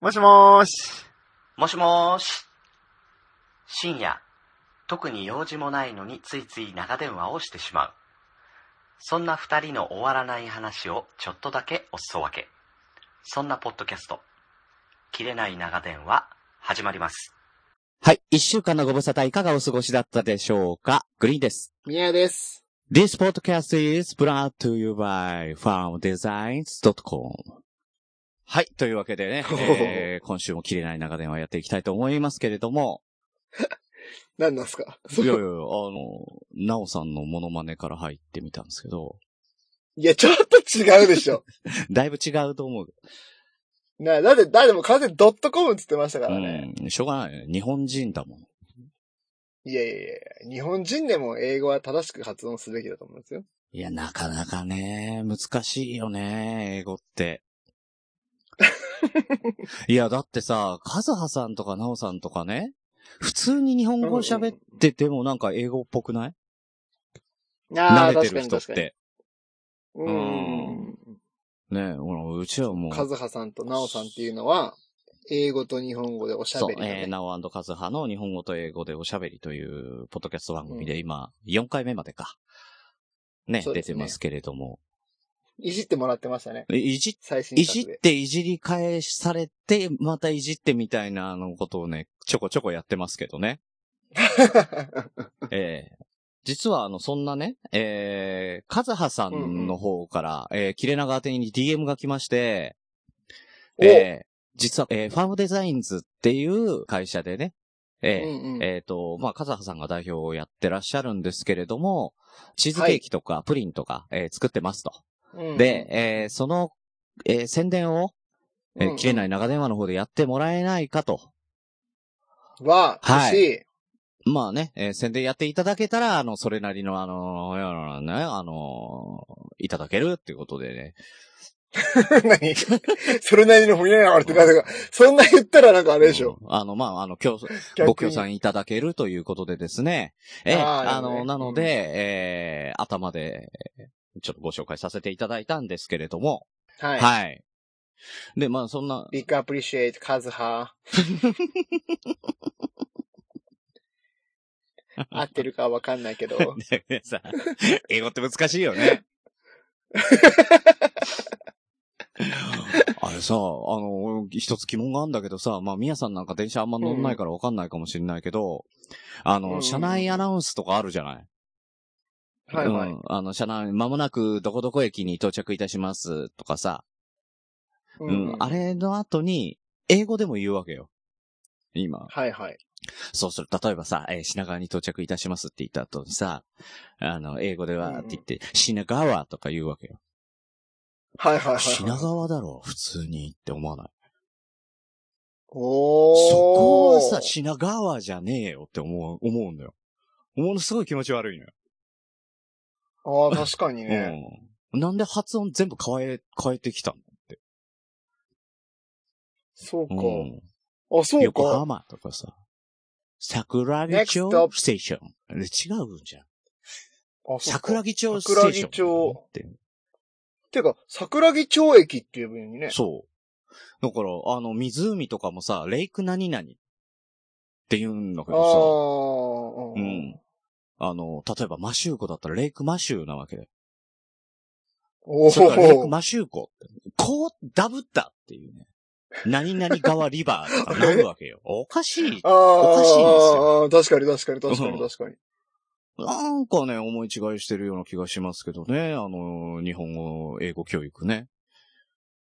もしもーし。もしもーし。深夜、特に用事もないのについつい長電話をしてしまう。そんな二人の終わらない話をちょっとだけおすそ分け。そんなポッドキャスト、切れない長電話、始まります。はい。一週間のご無沙汰いかがお過ごしだったでしょうかグリーンです。宮やです。 This podcast is brought to you by farmdesigns.com。はい。というわけでね、 おおえー今週も切れない長電話やっていきたいと思いますけれども、何なんすかいやいやいや、あの、なおさんのモノマネから入ってみたんですけど、いや、ちょっと違うでしょ。 だいぶ違うと思う。な、だって、だってもう完全にドットコムっつってましたからね。うん。しょうがないね。日本人だもん。いやいやいや、日本人でも英語は正しく発音すべきだと思うんですよ。いや、なかなかね、難しいよね、英語 って。いや、だってさ、カズハさんとかナオさんとかね、普通に日本語喋っててもなんか英語っぽくないあ慣あ、れ確てかるに人っ確かに。て。うにん。ね、ほら、うちはもう、カズハさんとナオさんっていうのは、英語と日本語でおしゃそうべ、り、えー、ね。ナオカズハの日本語と英語でおしゃべりという、ポッドキャスト番組で今、4回目までか。ね、そうで出すねてますけれども。いじってもらってましたね。えいじっ最新いじ作っで。ていじり返されて、またいじってみたいな、あのことをね、ちょこちょこやってますけどね。ええ実は、あの、そんなね、ええカズハさんの方から、ええ切れ長宛てに DM が来まして、 おええ実は、ええファームデザインズっていう会社でね、ええうんうんえっ、と、まあ、カズハさんが代表をやってらっしゃるんですけれども、チーズケーキとかプリンとか、えー作ってますと。うんうんで、、えーその、えー宣伝を、えーうんうん切れない長電話の方でやってもらえないかと。は、ははいい。まあね、えー宣伝やっていただけたら、あの、それなりの、あのーね、あのーいただけるっていうことでね。 何 それなりの掘りながらってなんか、そんな言ったらなんかあれでしょ。うんあの、まあ、あの、今日、逆にご協賛いただけるということでですね。ええあーあの、ななるほのどねで、えー頭で、ちょっとご紹介させていただいたんですけれども。は。はいい。で、まあ、そんな、ビッグアプリシエイト、カ ズハ。合ってるかわかんない けど。でさ、英語って難しいよ ね。あれさ、あの、一つ疑問があるんだけどさ、まあ、みやさんなんか電車あんま乗んないからわかんないかもしれないけど、あうんうの、ん車内アナウンスとかあるじゃない、はいはうい。ん。あの、車内、まもなくどこどこ駅に到着いたしますとかさ、うん、あれの後に、英語でも言うわけよ。今。はいはい。そうする。例えばさ、えー品川に到着いたしますって言った後にさ、あの、英語でうんうんはって言って、品川とか言うわけよ。はいはいはい。品川だろ、普通にって思わない。そおー。こはさ、品川じゃねえよって思う、思うんだよ。ものすごい気持ち悪いのよ。ああ、確かにね。うん。なんで発音全部変え、変えてきたそうかの、。あ、うん、そう横か。浜とかさ、桜木 Next 町 stop ステーション。あれ違うんじゃん。あ、そうか桜。木町ステーション。桜木町っててか、桜木町駅っていう分にね。そう。だから、あの、湖とかもさ、レイク何々って言うんだけああどー。さ、うん。あの、例えばマシューコだったらレイクマシューなわけで。おそれからレイクー。マシューコって。こう、ダブったっていうね。何々川リバー とかなるわけよ。おかしい。ああ、おかしいですよあーあー、確かに確かに確かうにん確かに。なんかね、思い違いしてるような気がしますけどね。あの、日本語、英語教育ね。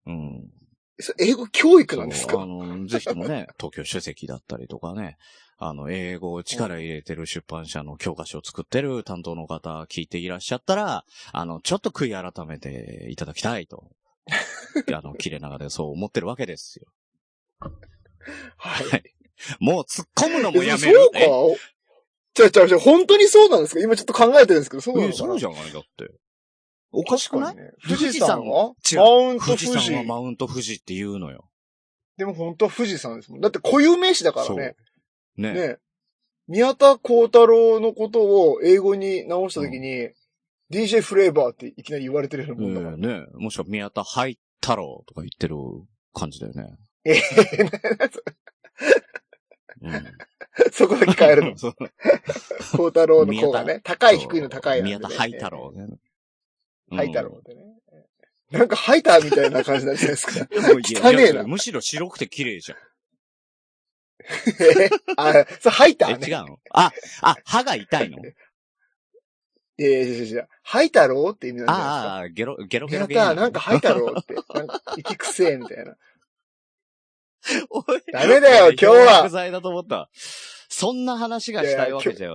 うん。それ英語教育なんですそうあかの、ぜひとも ね、東京書籍だったりとかね、あの、英語を力入れてる出版社の教科書を作ってる担当の方、聞いていらっしゃったら、あの、ちょっと悔い改めていただきたい と。あの、切れ長でそう思ってるわけですよ。はい。もう突っ込むのえもやめる。えそうかじゃじゃじゃ本当にそうなんですか今ちょっと考えてるんですけど、そうなのえかそうなじゃないだって。おかしくない確かにね富富士士山山ははマウント富富士士山はマウント富士って言うのよ。でも本当は富士山ですもん。だって固有名詞だからそう。ねね。。ね。宮田幸太郎のことを英語に直したときに、DJ フレーバーっていきなり言われてるようなもんだから。ねねもしくは宮田ハイ太郎とか言ってる感じだよね。ええうん。。そこだけ変える のそう孝太郎の孝がね。高い低いの高いなんで宮ね。田ハイ太郎ね。ええ。ハイ太郎ってね。なんかハイターみたいな感じなんじゃないです か。うん。もういや 汚ねえいやな。むしろ白くて綺麗じゃん。えあ、そう、ハイタえ、ー違ね。うのあ、あ、歯が痛い のいやいやいやいや、ハイタローって意味なんじゃないですか。ああ、ゲロ、ゲロゲ宮ロ田ゲロ。なんかハイタローって。なんか、息くせえみたいな。 おいダメだよ 今日は薬剤だと思った。そんな話がしたいわけじゃ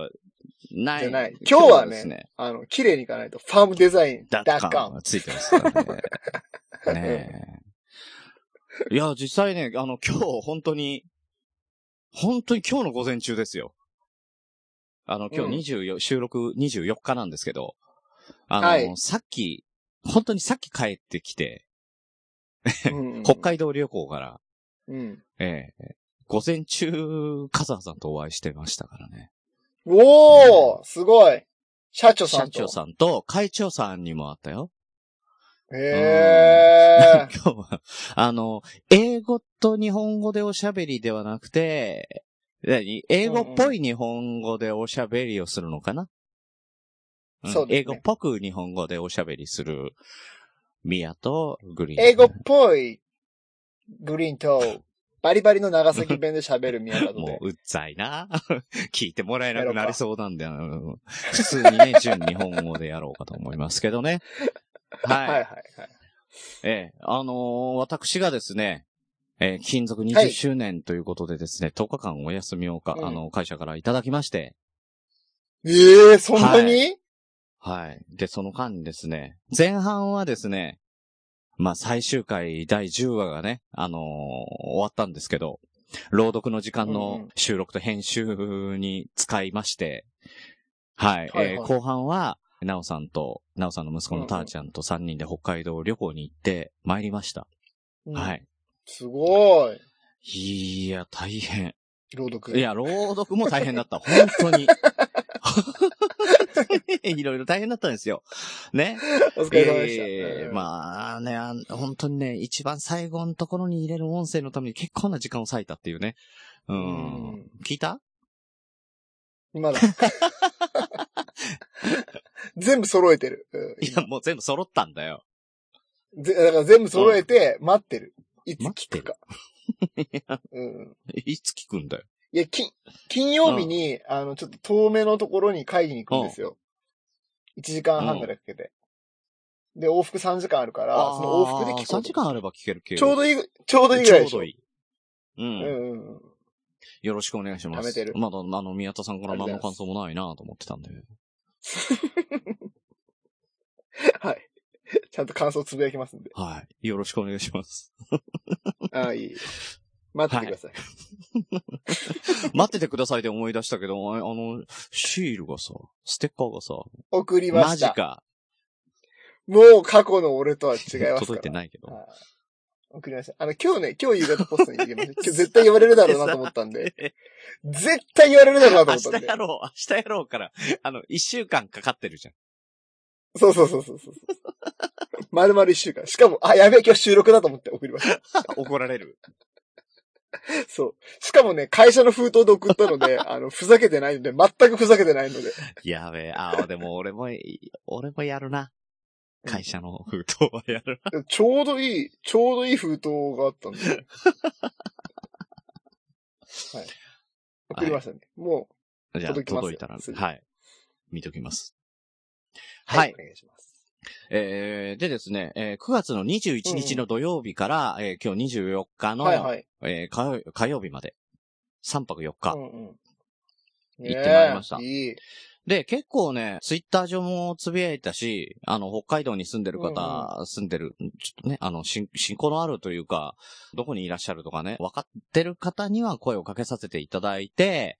ない。じゃない今日はねですあの、綺麗にいかないと、ファームデザイン、ダダッッカカンン。がついてますから ね。ねえ。いや、実際ね、あの、今日、本当に、本当に今日の午前中ですよ。あの、今日24、収録24日なんですけど、あの、はいさっき、本当にさっき帰ってきて、 うん北海道旅行から、うん。ええ午前中、カザさんとお会いしてましたからね。おーすごい社長さ社んと。長さんと会長さんにも会ったよ。へー今日は、あの、英語と日本語でおしゃべりではなくて、何英語っぽい日本語でおしゃべりをするのかな、んそうですね英語っぽく日本語でおしゃべりする、ミヤとグリーン。英語っぽい、グリーンと、バリバリの長崎弁で喋る宮田ともで。う、うっざいな。 聞いてもらえなくなりそうなんで、あの普通に ね、純日本語でやろうかと思いますけどね。ははいい。はいはい。ええ、あのー私がですね、えー勤続は20い周年ということでですね、10日間お休みをか、うんあの、会社からいただきまして、ええそんなにはい。で、その間にですね、前半はですね、まあ、最終回第10話がね、あのー終わったんですけど、朗読の時間うんうのん収録と編集に使いまして、はい。はいはいえー後半は、なおさんと、なおさんの息子のたーちゃんと3人で北海道旅行に行って参りました。は。うんい。すごい。いや、大変。朗読。いや、朗読も大変だった。本当に。 いろいろ大変だったんですよ。ね。お疲いれや様いやいやいでやした。まあね、あの本当にね、一番最後のところに入れる音声のために結構な時間を割いたっていうね。ううんん。聞いた今だ。全部揃えてる。うんいや、もう全部揃ったんだよ。ぜだから全部揃えて、待ってる。いつ待っ聞てくるか。うん。いつ聞くんだよ。いや、き、金曜日に、あの、ちょっと遠目のところに会議に行くんですよ。1時間半ぐらいかけて。で、往復3時間あるから、その往復で聞こ3う時と。間あれば聞けるけちょどうどいい、ちょうどいいぐちらょいでうしょ。どいい。うん。うんうんうん。よろしくお願いします。貯めてるまだ、あの、宮田さんからありが何とのうご感ざ想もないなと思ってたんで。はい。ちゃんと感想つぶやきますんで。はい。よろしくお願いし ます。ああ、いい。待っててください。待っててくださいって思い出したけど、ああの、シールがさ、ステッカーがさ、送りまマしジた。か。もう過去の俺とは違いますから。届いてないけど。はい送りました。あの、今日ね、今日夕方ポストに行きました。今日絶対言われるだろうなと思ったんで。絶対言われるだろうな明と思ったん日でや。ろう、明日やろうから、あの、一週間かかってるじゃん。そうそうそうそうそう。まるまる一週間。しかも、あ、やべえ、今日収録だと思って送りました。怒られる。 そう。しかもね、会社の封筒で送ったので、 あの、ふざけてないので、全くふざけてないので。やべえ、ああ、でも俺もい、俺もやるな。会社の封筒はやるな。ちょうどいい、ちょうどいい封筒があった んで。はい。送りましたね。も じゃあ、届きます届よいたら、すぐはい。見ときます。う、はい。お願いします。えーでですね、えー9月の21日の土曜日から、えー今日24日の、はいはい。えー火曜火曜日まで、3泊4日。うんうん行ってまいりましたねえいい。で、結構ね、ツイッター上もつぶやいたし、あの、北海道に住んでる方、住んでる、ちょっとね、あの、信信仰のあるというか、どこにいらっしゃるとかね、分かってる方には声をかけさせていただいて、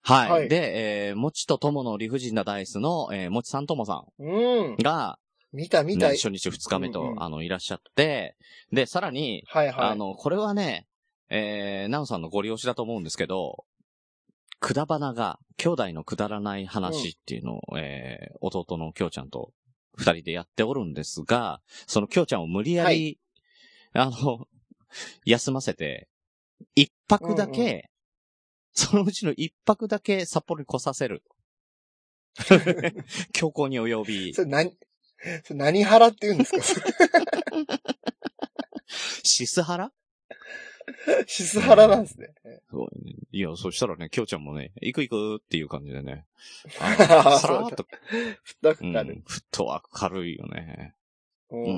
はい。はいで、えー、もちとともの理不尽なダイスの、えー、もちさんともさうんん。が、見た見た。ね初日二日目と、うんうんあの、いらっしゃって、で、さらに、はいはい。あの、これはね、えー、なおさんのご利用しだと思うんですけど、くだばなが、兄弟のくだらない話っていうのを、えー、弟のきょうちゃんと二人でやっておるんですが、そのきょうちゃんを無理やり、あの、休ませて、一泊だけ、そのうちの一泊だけ札幌に来させ る。強行に及びそ、れ何、それ何払って言うんですか シスハラシスハラなんですね。いや、そしたらね、きょうちゃんもね、行く行くっていう感じでね。あさ らーっと、ふったうくん、かる。フットワーク軽いよね。うう。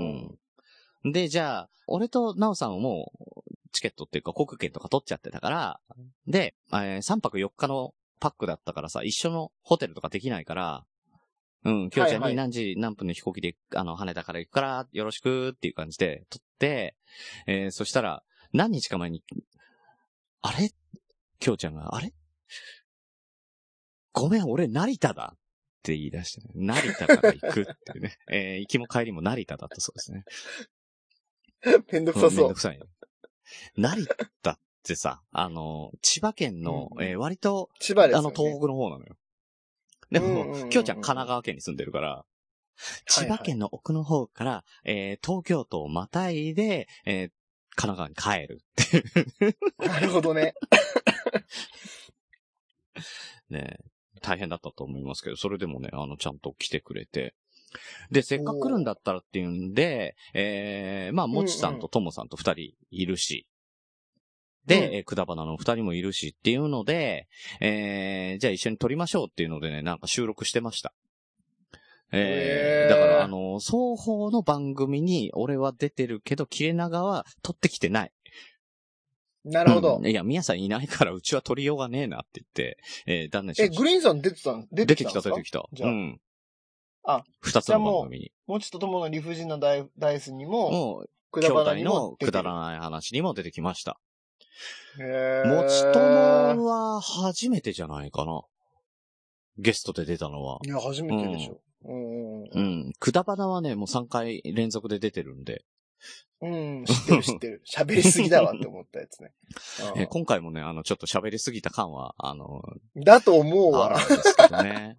ん。で、じゃあ、俺とナオさんはもう、チケットっていうか、航空券とか取っちゃってたから、で、え3泊4日のパックだったからさ、一緒のホテルとかできないから、うん、今日ちゃんはいはにい何時何分の飛行機で、あの、羽田から行くから、よろしくっていう感じで取って、えーそしたら、何日か前に、あれ今日ちゃんが、あれごめん、俺、成田だって言い出して、ね、成田から行くっていうね。 えー行きも帰りも成田だったそうですね。めんどくうさんめん そどう。くさいよ。成田ってさ、あの、千葉県の、うんえー割と、千葉ですあの、よ、ね。東北の方なのよ。でうんうんうんうも、んきょうちゃん神奈川県に住んでるから、千葉県の奥の方から、えー東京都をまたいで、えー神奈川に帰る。 なるほどね。ね大変だったと思いますけど、それでもね、あの、ちゃんと来てくれて。で、せっかく来るんだったらっていうんで、えーまあ、もちさんとともさんと二人いるし、うで、えーくだばなの二人もいるしっていうので、えーじゃあ一緒に撮りましょうっていうのでね、なんか収録してました。えーへーだからあの、双方の番組に俺は出てるけど、切れ長は撮ってきてない。なるほどうん。いや、宮さんいないからうちは撮りようがねえなって言って、えー断念しまえ、したグリーンさん出てたん出出ててききたた、んです出かてきた。じゃあうん。あ、二つの番組に。もちとともの理不尽なダイダイスにも、もう、く兄だば弟なにのも出くてだる。らない話にも出てきました。へーもちともは初めてじゃないかな。ゲストで出たのは。いや、初めてでしょ。うん。うんうん。くだばなはね、もう3回連続で出てるんで。うん。うん、知ってる知ってる。喋りすぎだわって思ったやつね。 え今回もね、あの、ちょっと喋りすぎた感は、あの、うんだと思うあわ。るんですけどね。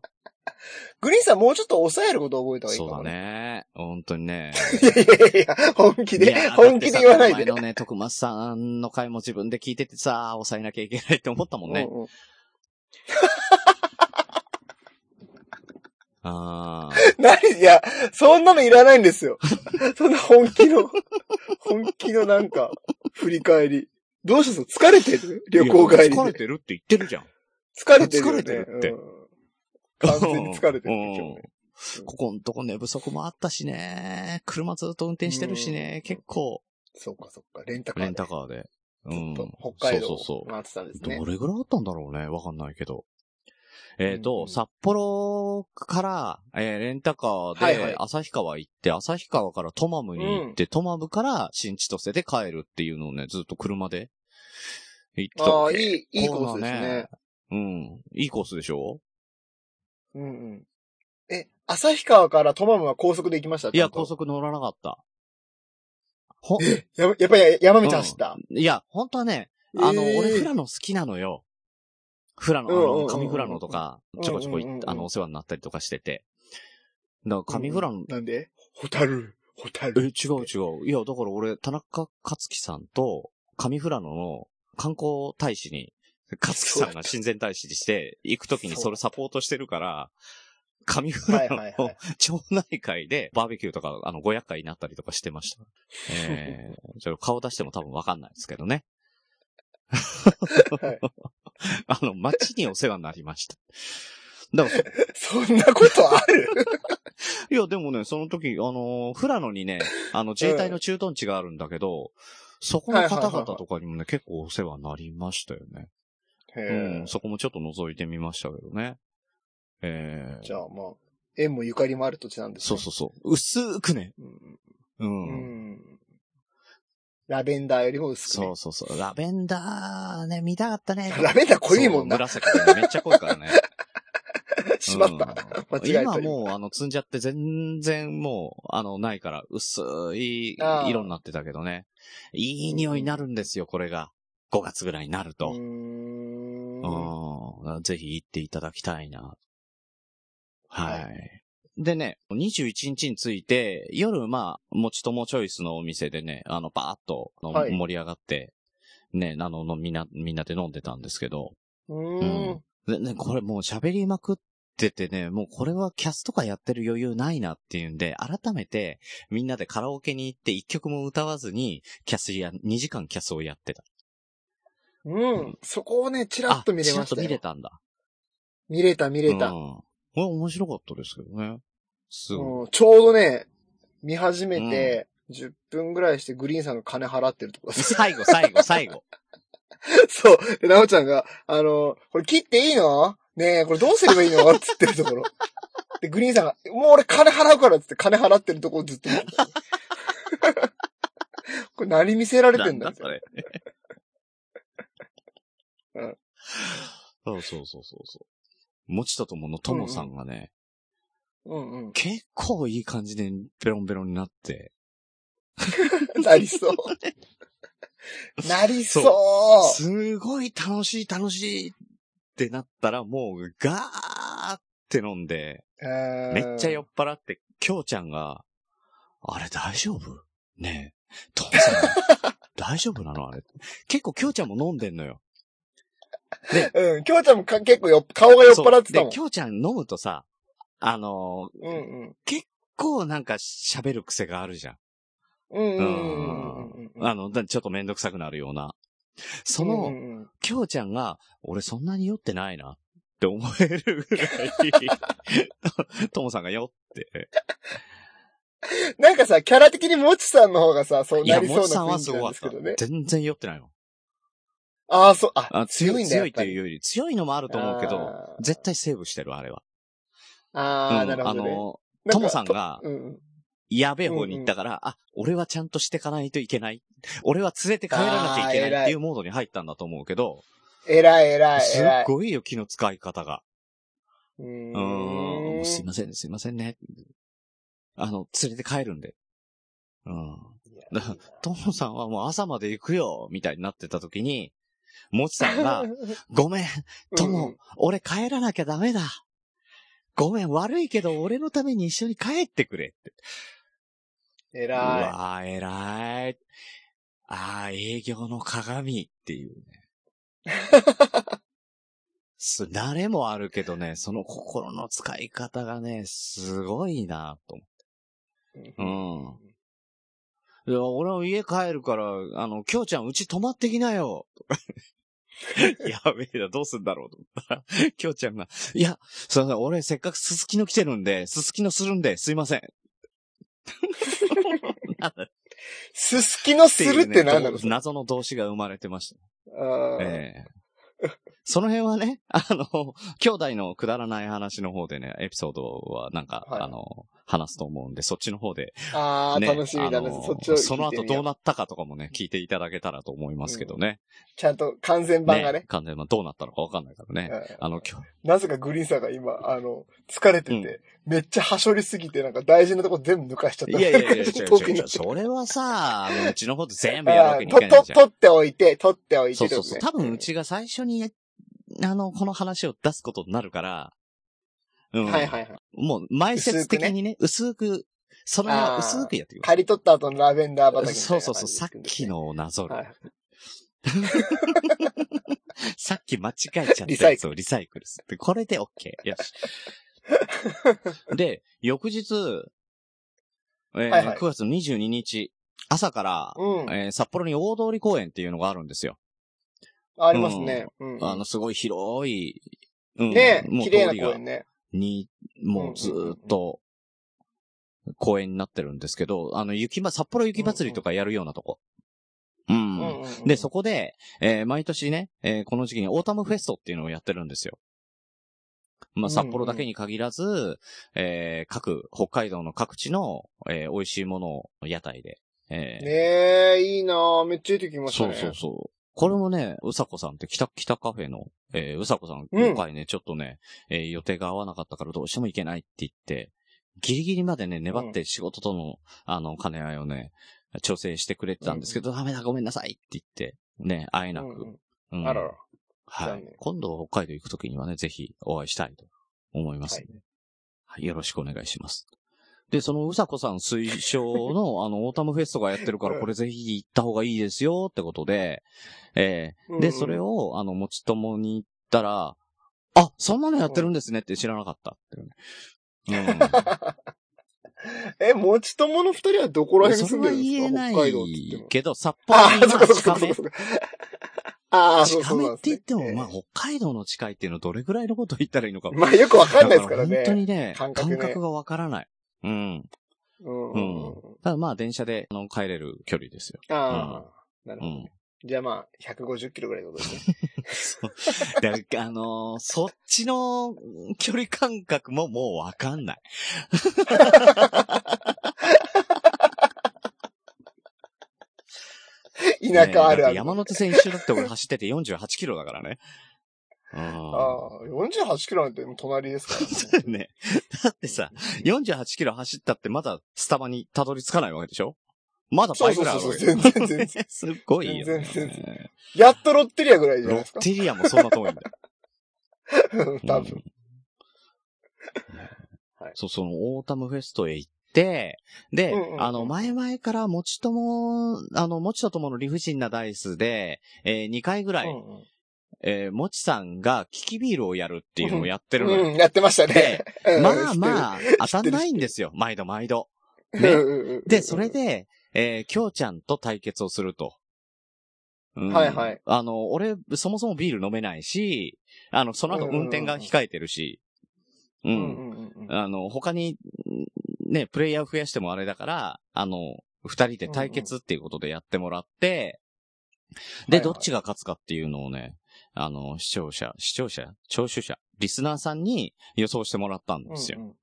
グリーンさんもうちょっと抑える こと覚えた方がいいそかうもだね。ね。本当に ね。いやいやいや、本気いやで、本気で言わないだってさで。この前のね、徳松さんの回も自分で聞いててさ、抑えなきゃいけないって思ったもんね。うんうんああ。何いや、そんなのいらないんですよ。 そんな本気の、 本気のなんか、振り返り。どうしたの疲れてる旅行帰りで。いや疲れてるって言ってるじゃん。疲れてるよ疲ね。れてるってうん完全に疲れてるね今日ねうんここのとこ寝不足もあったしね。車ずっと運転してるしね。うん結構、そうかそうか、レンタカーで。レンタカーで。うずんっと。北海そ道うそうそう回ってたんですねど。れぐらいあったんだろうね。わかんないけど。えっ、と、うんうん札幌から、えーレンタカーはいはでい旭川行って、旭川からトマムに行って、トマムから新千歳で帰るっていうのをね、ずっと車で行ってたあわあ、け。いい、いいコースですね。うん。いいコースでしょうんうん。え、旭川からトマムは高速で行きましたいや、高。ち速乗らなかった。ほ、ゃんとややっぱり山道走った。いや、本当はね、あの、えー俺、フラノ好きなのよ。フラノ、あうんうんうんうの、ん上フラノとか、ちょこちょこい、うんうんうんうんあの、お世話になったりとかしてて。だから、上フラノ、なんでホタル、ホタえ、ル。違う違う。いや、だから俺、田中克樹さんと、上フラノの観光大使に、克樹さんが親善大使にして、行くときにそれサポートしてるから、上フはラいノはいはのい。 町内会でバーベキューとか、あの、500回になったりとかしてました。えー、 ちょっと顔出しても多分わかんないですけどね。はい あの、町にお世話になりました。だから、そんなことある いや、でもね、その時、あのー、富良野にね、あの、自衛隊の駐屯地があるんだけど、そこの方々とかにもね、結構お世話になりましたよね。うへん、えそこもちょっと覗いてみましたけどね。えーじゃあまあ、縁もゆかりもある土地なんですそうね。そうそう。薄くね。う。うんうん。うん。ラベンダーよりも薄く、そねう。そうそう。ラベンダーね、見たかったね。ラベンダー 濃いもんな。そう紫でめっちゃ濃いからね。 しまった。うん間違え今たもう、あの、積んじゃって全然もう、あの、ないから、薄いあー色になってたけどね。いい匂いになるんですよ、これが。5月ぐらいになるうと。ーんうん。ぜひ行っていただきたいな。はい。でね、21日について、夜、まあ、もちともチョイスのお店でね、あの、バーっとあのはい盛り上がって、ね、あの、のみんな、みんなで飲んでたんですけど、うーん。でね、これもう喋りまくっててね、もうこれはキャスとかやってる余裕ないなっていうんで、改めてみんなでカラオケに行って一曲も歌わずに、キャスや、2時間キャスをやってた。うん。そこをね、チラあッと見れちらましたっと見れよ。たんだ。見れた、見れうんた。。これ面白かったですけどね。すごい。うんちょうどね、見始めて、10分ぐらいしてグリーンさんの金払ってるとこです。最後、最後、最 後。そう。で、なおちゃんが、あの、これ切っていいのねえ、これどうすればいい のつってるところ。で、グリーンさんが、もう俺金払うからっつって金払ってるとこをずっと見て たこれ何見せられてんなだみそたいなれ。うん そうそうそうそうそう。もちととものともさんがね、うんうん。結構いい感じでベロンベロンになって、なりそう。 なりそう。すごい楽しい楽しいってなったらもうガーって飲んで、めっちゃ酔っ払って、きょうちゃんが、あれ大丈夫ねえ、ともさん、 大丈夫なのあれ。結構きょうちゃんも飲んでんのよ。うん。きょうちゃんもか結構よっ、顔が酔っ払ってたそうもんで、き。ょうちゃん飲むとさ、あのー、うんうん。こうなんか喋る癖があるじゃん。うんうんうんうんうん。あの、だちょっとめんどくさくなるような。そうんうの、んうんきょうちゃんが、俺そんなに酔ってないなって思える ぐらい、ともさんが酔って。なんかさ、キャラ的にもちさんの方がさ、そういなや、りもそうちさんなは雰囲す気なんごですかけっどね。た。全然酔ってないの。ああ、そう、あ、あ強いんだ強よ。いというより、強いのもあると思うけど、あー絶対セーブしてる、あれは。あー、うんなるほどあね。の、なとかもさんが、うんうん。やべえ方に行ったから、あ、俺はちゃんとしてかないといけない。俺は連れて帰らなきゃいけあーない偉いっていうモードに入ったんだと思うけど、偉い偉いすっ偉い。ごいよ、気の使い方が。ううーん、ーもうすいん。ません、すいませんね。あの、連れて帰るんで。うん。だから トモさんはもう朝まで行くよ、みたいになってた時に、もちさん が、ごめん、トうんうモん、俺帰らなきゃダメだ。ごめん、悪いけど、俺のために一緒に帰ってくれって。う偉わー、偉い。あー、営業の鏡っていうね。 す、慣れもあるけどね、その心の使い方がね、すごいなとい。思う。いや、俺は家帰るから、あの、きょうちゃんうち泊まってきなよとか やべえな、どうすんだろうと思った ら、きょうちゃんが、いや、すいません、俺せっかくすすきの来てるんで、すすきのするんで、すいません。すすきのするって何てなのいうねどう謎の動詞が生まれてました。あーええその辺はね、あの、兄弟のくだらない話の方でね、エピソードはなんか、はいあの、話すと思うんで、そっちの方で、あー、ね、楽しみだあね。のそっちを聞いてみよう。その後どうなったかとかもね、聞いていただけたらと思いますけどね。ちゃんと完全版がね。完全にどうなったのかわかんないからね。うんあの、きょなぜかグリーンさんが今、あの、疲れてて、めっちゃはしょりすぎて、なんか大事なとこ全部抜かしちゃっいた。やいやいやいや、違うちょっと遠く違うに違なっう。ちゃっそれはさ、あの、うちの方で全部やるたわあけーにいかないと、じと、ゃん。取っておいて、取っておいてそうってことね。そうそう。多分うちが最初に、あの、この話を出すことになるから、うん。はいはいはい。もう、前説的にね、薄く,、その辺はあー薄くやってくだ刈り取った後のラベンダー畑みさたい。いなそうそうそう、感じさっで行くんですきね。のをなぞる。はい。さっき間違えちゃったやつをリサイクルする。これで OK。よ し。で、翌日、えーはいはい9月22日、朝から、うん。えー札幌に大通公園っていうのがあるんですよ。ありますね。うん。あの、すごい広い、うんねもう綺麗通なりが公園ね。に、もうずーっと、公園になってるんですけど、あの、雪ま、札幌雪祭りとかやるようなとこ。う。うんんうんで、そこで、えー毎年ね、えーこの時期にオータムフェストっていうのをやってるんですよ。まあ、札幌だけに限らず、えー各、北海道の各地の、えー美味しいものを屋台で、えーねえ、いいなぁ。めっちゃ出てきましたそうね。そうそう。これもね、うさこさんって北、北カフェの、えーうさこさん、うん今回ね、ちょっとね、えー予定が合わなかったからどうしても行けないって言って、ギリギリまでね、粘って仕事との、あの、兼ね合いをね、調整してくれてたんですけど、ダメだ、ごめんなさいって言って、ね、会えなうんうく。んうんあらら。は残い念。今度北海道行くときにはね、ぜひお会いしたいと思いますね。はいよろしくお願いします。で、そのうさこさん推奨 の、あの、オータムフェストがやってるから、これぜひ行った方がいいですよってことで、えーうで、んそれ。を、あの、持ち友に行ったら、あ、そんなのやってるんですねって知らなかったって いうね。うん。え、持ち友の二人はどこら辺に住んでるんそれは言えですかな北海道って言っていも。けど、札幌ああ、そっかそっ近かそめっか。そっか。ああ、そう近そうめっなんて言でっすても、ねまあ、北海道の近いっていうのはどれぐらいのことを言ったらいいのか。まあよくわかんないですからだ本当ね。にね、感感覚ね覚,、がわからない。うん。うんうんただまあ、電車で、あの、帰れる距離ですよ。ああ、なるうほど。ん。じゃあまあ、150キロぐらいのことです ね。だから、あのーそっちの距離感覚ももうわかんない。田舎あるあねる。山手線一周だって俺走ってて48キロだからね。うん。。ああ、48キロなんてもう隣ですからね ね。だってさ、48キロ走ったってまだスタバにたどり着かないわけでしょまだ倍ぐらいあるわけそうそうそう全然全然 すっごいよ、ね。全然全やっとロッテリアぐらいじゃないロですかッ。テリアもそんな遠いんだよ。多分。うんはいそう、その、オータムフェストへ行って、で、うんうんうんあの、前々から、もちとも、あの、もちとともの理不尽なダイスで、え2回ぐらい、うんえーもちさんが、キキビールをやるっていうのをやってるのうよ。ん、やってましたねで。、 まああ。まあ、当たんないんですよ。毎度毎 度。ねうんうんうんで、それ、で、えー、きょうちゃんと対決をすると。うんはいはい。あの、俺、そもそもビール飲めないし、あの、その後運転が控えてるし、ううんん。うんうんうんあの、他に、んね、プレイヤー増やしてもあれだから、あの、二人で対決っていうことでやってもらって、はいはで、いどっちが勝つかっていうのをね、あの、視聴者、視聴者、聴取者、リスナーさんに予想してもらったんですよ。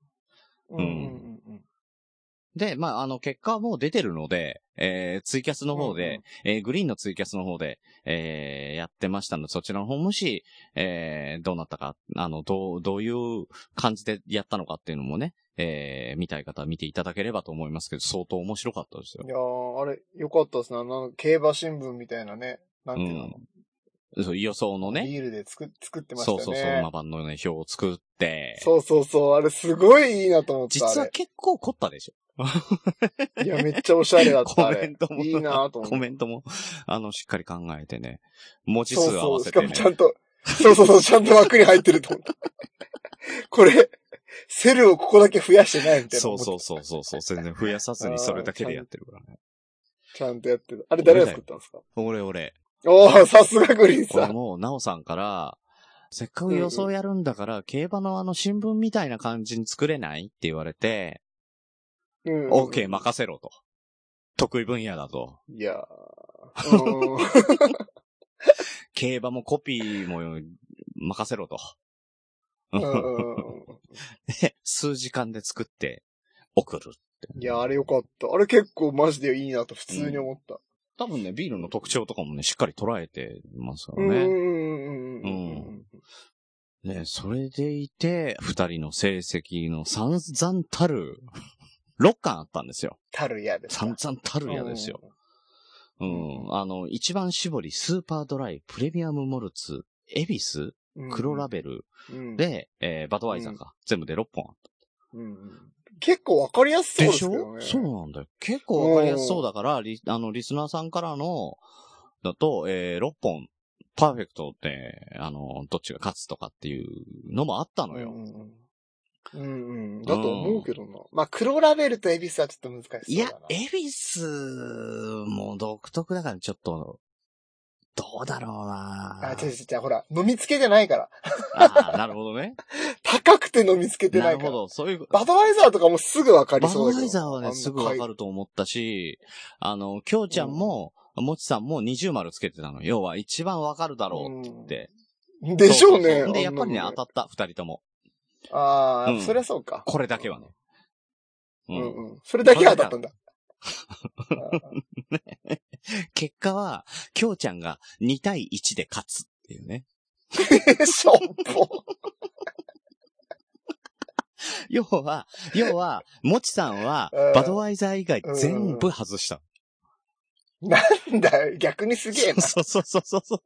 うんうんうんで、まあ、あの、結果はもう出てるので、えー、ツイキャスの方で、えー、グリーンのツイキャスの方で、えー、やってましたので、そちらの方もし、えー、どうなったか、あの、どう、どういう感じでやったのかっていうのもね、えー、見たい方は見ていただければと思いますけど、相当面白かったですうん。よい。やー、あれ、よかったですね。あの、競馬新聞みたいなね。なんていうの、そう予想のね、ビールで作っ作ってましそたようね。そうそう、馬番のね、表を作って、そうそうそう。あれ、すごいいいなと思った。実あはれ結構凝ったでしょいや、めっちゃおしゃれだっ た。コあメれント。も、いいなとコ思って。メントも、あの、しっかり考えてね、文字数そう合そわう。せしてかねもちゃんと、そうそうそう、ちゃんと枠に入ってると思った。 これ、セルをここだけ増やしてないみたいなそ思っうた。そうそうそうそう、 全然増やさずにそれだけでやってるからね。ちゃんとやってる。あれ誰が作ったんですか俺俺。おー、さすがグリーンさ俺ん。も、なおさんから、せっかく予想やるんだから、競馬のあの新聞みたいな感じに作れないって言われて、うん OK、任せろと。得意分野だと。いやー。うん競馬もコピーも任せろと。うんうんうん で、数時間で作って送るって。いや、あれよかった。あれ結構マジでいいなと普通に思 った。多分ね、ビールの特徴とかもね、しっかり捉えてますかうらんね。うんうんうんうんうん。ね、それでいて、二人の成績の散々たる、6巻あったんですよ。たるやですか。散々たるやですよ。ううんん。あの、一番搾り、スーパードライ、プレミアムモルツ、エビス、うん。黒ラベル、うん、で、えーバドワイザーか。全部で6本あっうんうん結構わかりやすた。そうでですしけょどね。そうなんだよ。結構わかりやすそうだから、リあの、リスナーさんからの、だと、え6本、パーフェクトって、あの、どっちが勝つとかっていうのもあったのよ。うんうんうんうんうん。だと思うけどな。まあ、黒ラベルとエビスはちょっと難しそうだな。いや、エビスも独特だからちょっと、どうだろうなあ、違う違う違う、ほら、飲みつけてないから。あーなるほど ね。高くて飲みつけてななるいかほら。ど。そういう、バドワイザーとかもすぐわかりバドそうだけど。ワイザーはね、すぐわかる。ると思ったし、あの、きょうちゃんも、もちさんも二重丸つけてたの。要は一番わかるだろうって言って。でしょうそうそうねそう。で、やっぱりねあん、なの当たった、二人とも。ああ、うんそりゃそうか。これだけはね。ううんん。うん。それだけは当たったんだ。結果は、きょうちゃんが2対1で勝つっていうね。 でしょぼ。要は、要は、もちさんは うん、バドワイザー以外全部外した。なんだよ、逆にすげえ な。そうそうそうそうそう。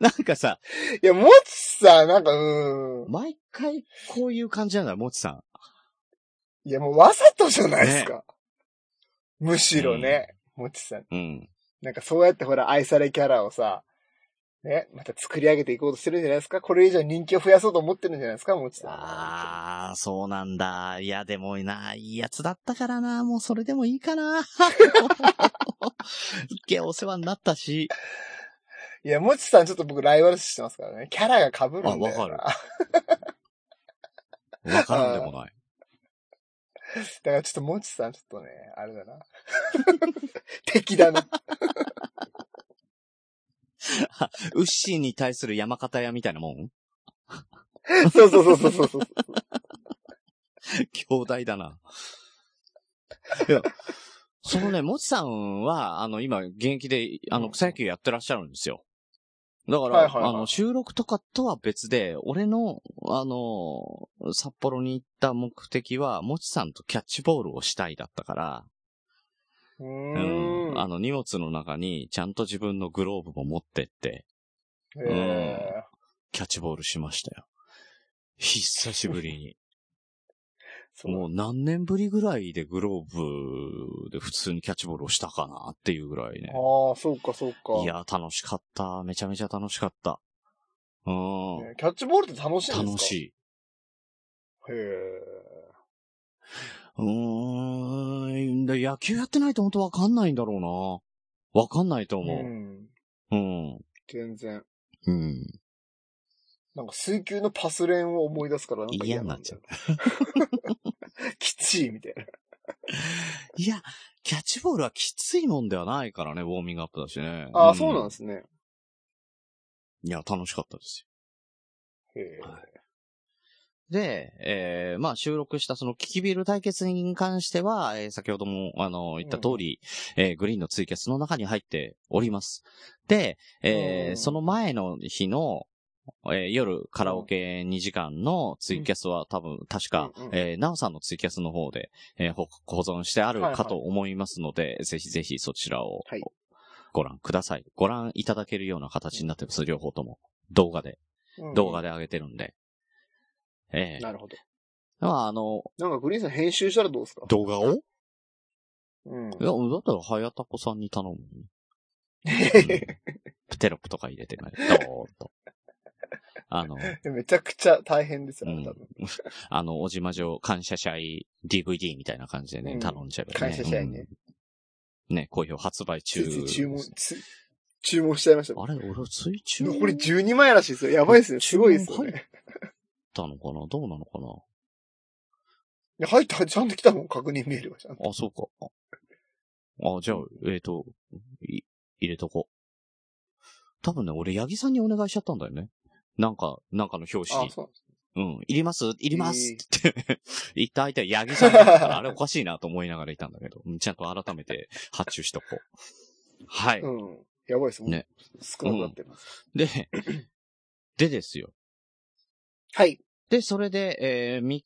なんかさ、いや、もちさ、なんか、うーん。毎回こういう感じなんだ、もちさん。いや、もうわざとじゃないですか。むしろね、もちさん。うん。なんかそうやってほら、愛されキャラをさ、ね、また作り上げていこうとしてるんじゃないですかこれ以上人気を増やそうと思ってるんじゃないですかもちさん。ああ、そうなんだ。いや、でもな、いいやつだったからな。もうそれでもいいか な。すっげえお世話になったし。いや、もちさんちょっと僕ライバル視してますからね。キャラが被るんだよな。あわかるわからんでもない。だからちょっともちさんちょっとね、あれだな。 敵だな。ウッシーに対する山形屋みたいなもんそうそうそうそうそうそう。兄弟だな。いや、そのね、もちさんは、あの、今、現役で、あうの、ん草野球やってらっしゃるんですよ。だから、はいはいはいあの、収録とかとは別で、俺の、あの、札幌に行った目的は、もちさんとキャッチボールをしたいだったから、 ううーん。あの、荷物の中に、ちゃんと自分のグローブも持ってって、えーキャッチボールしましたよ。久しぶりに。そうもう何年ぶりぐらいでグローブで普通にキャッチボールをしたかなっていうぐらいね。ああ、そうかそうか。いや、楽しかった。めちゃめちゃ楽しかった。うん。ねキャッチボールって楽しいんですか楽しい。い。へえ。うーん。で野球やってないと本当わかんないんだろうな。わかんないとう思ん。う。うん。全然。うん。なんか水球のパス練を思い出すからなんか嫌になっちゃう。 きちいみたいな。いや、キャッチボールはきついもんではないからね、ウォーミングアップだしね。。ああ、そうなんですすね。いや、楽しかったですよへえ。で、えーまあ収録したそのキキビル対決に関しては、えー先ほども、あの、言った通り、えーグリーンのツイキャスの中に入っております。で、えーうんその前の日の、えー夜カラオケ2時間のツイキャスは多分、確か、うんうんえーなおさんのツイキャスの方で、えーほ保存してあるはいはかいと思いますので、ぜひぜひそちらをはいご覧ください。ご覧いただけるような形になってます、両方とも。動画で、うん動画で上げてるんで。えーなるほど。まあ、あの、なんかグリーンさん編集したらどうですか動画をうん。いや、だったら、はやたこさんに頼む。プテロップとか入れて ない。ドーンと。あの、 めちゃくちゃ大変ですよ、うんね、多分。あの、おじまじょ感謝祭 DVD みたいな感じでね、うん頼んじゃえばね。感謝祭ねうん。ね、好評発売中つい。つい注文、つ注文しちゃいました。あれ、俺、つい中残り12枚らしいですよ。やばいですね。すごいですよ注文入ね。ったのかなどうなのかないや入った、ちゃんと来たもん、確認メールがちゃんと。あ、そうか。あ、じゃあ、えっ、と、い、入れとこう。多分ね、俺、八木さんにお願いしちゃったんだよね。なんか、なんかの表紙あに、。そううん、いりますいります、ええって 言った相手は八木さんだった から、あれおかしいなと思いながらいたんだけど、うんちゃんと改めて発注しとこう。はい。うん。やばいですもん。ね少なくなってます。で、 でですよ。はい。 で、それで、え3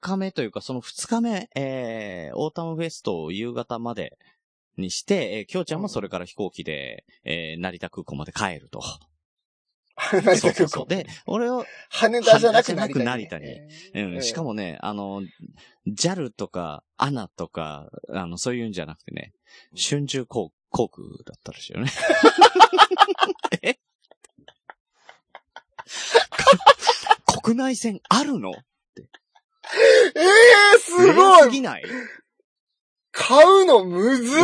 日目というか、その2日目、えーオータムフェストを夕方までにして、えー、きょうちゃんもそれから飛行機で、えー成田空港まで帰ると。成田そうそ空うそ港う。。で、俺を、羽田じゃな羽田じゃく成田に。なく成田にうん、しかも。もね、あの、JAL とか、ANA とか、あの、そういうんじゃなくてね、春秋航航空だったらしい よね。えこ国内線あるのええー、すレアごすいぎない買うのむずっ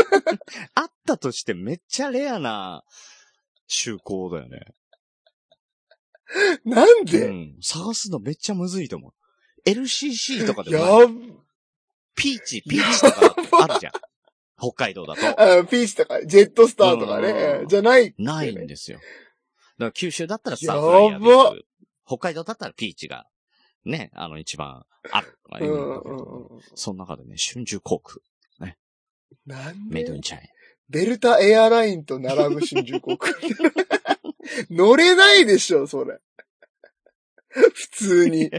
あったとしてめっちゃレアな、就航だよね。なんうで、ん。探すのめっちゃむずいと思う。LCC とかでやもない、っピーチ、ピーチとかあるじゃん。北海道だと。あピーチとか、ジェットスターとかねう、んじゃない。ないんですよ。だから九州だったらサやばンフライヤービーフ北海道だったらピーチが、ね、あの一番あるとかう言んううんんだけど、うんうん。その中でね、春秋航空、なんメイドでインチャイデルタエアラインと並ぶ新宿航空。 乗れないでしょ、それ。普通に。ナ。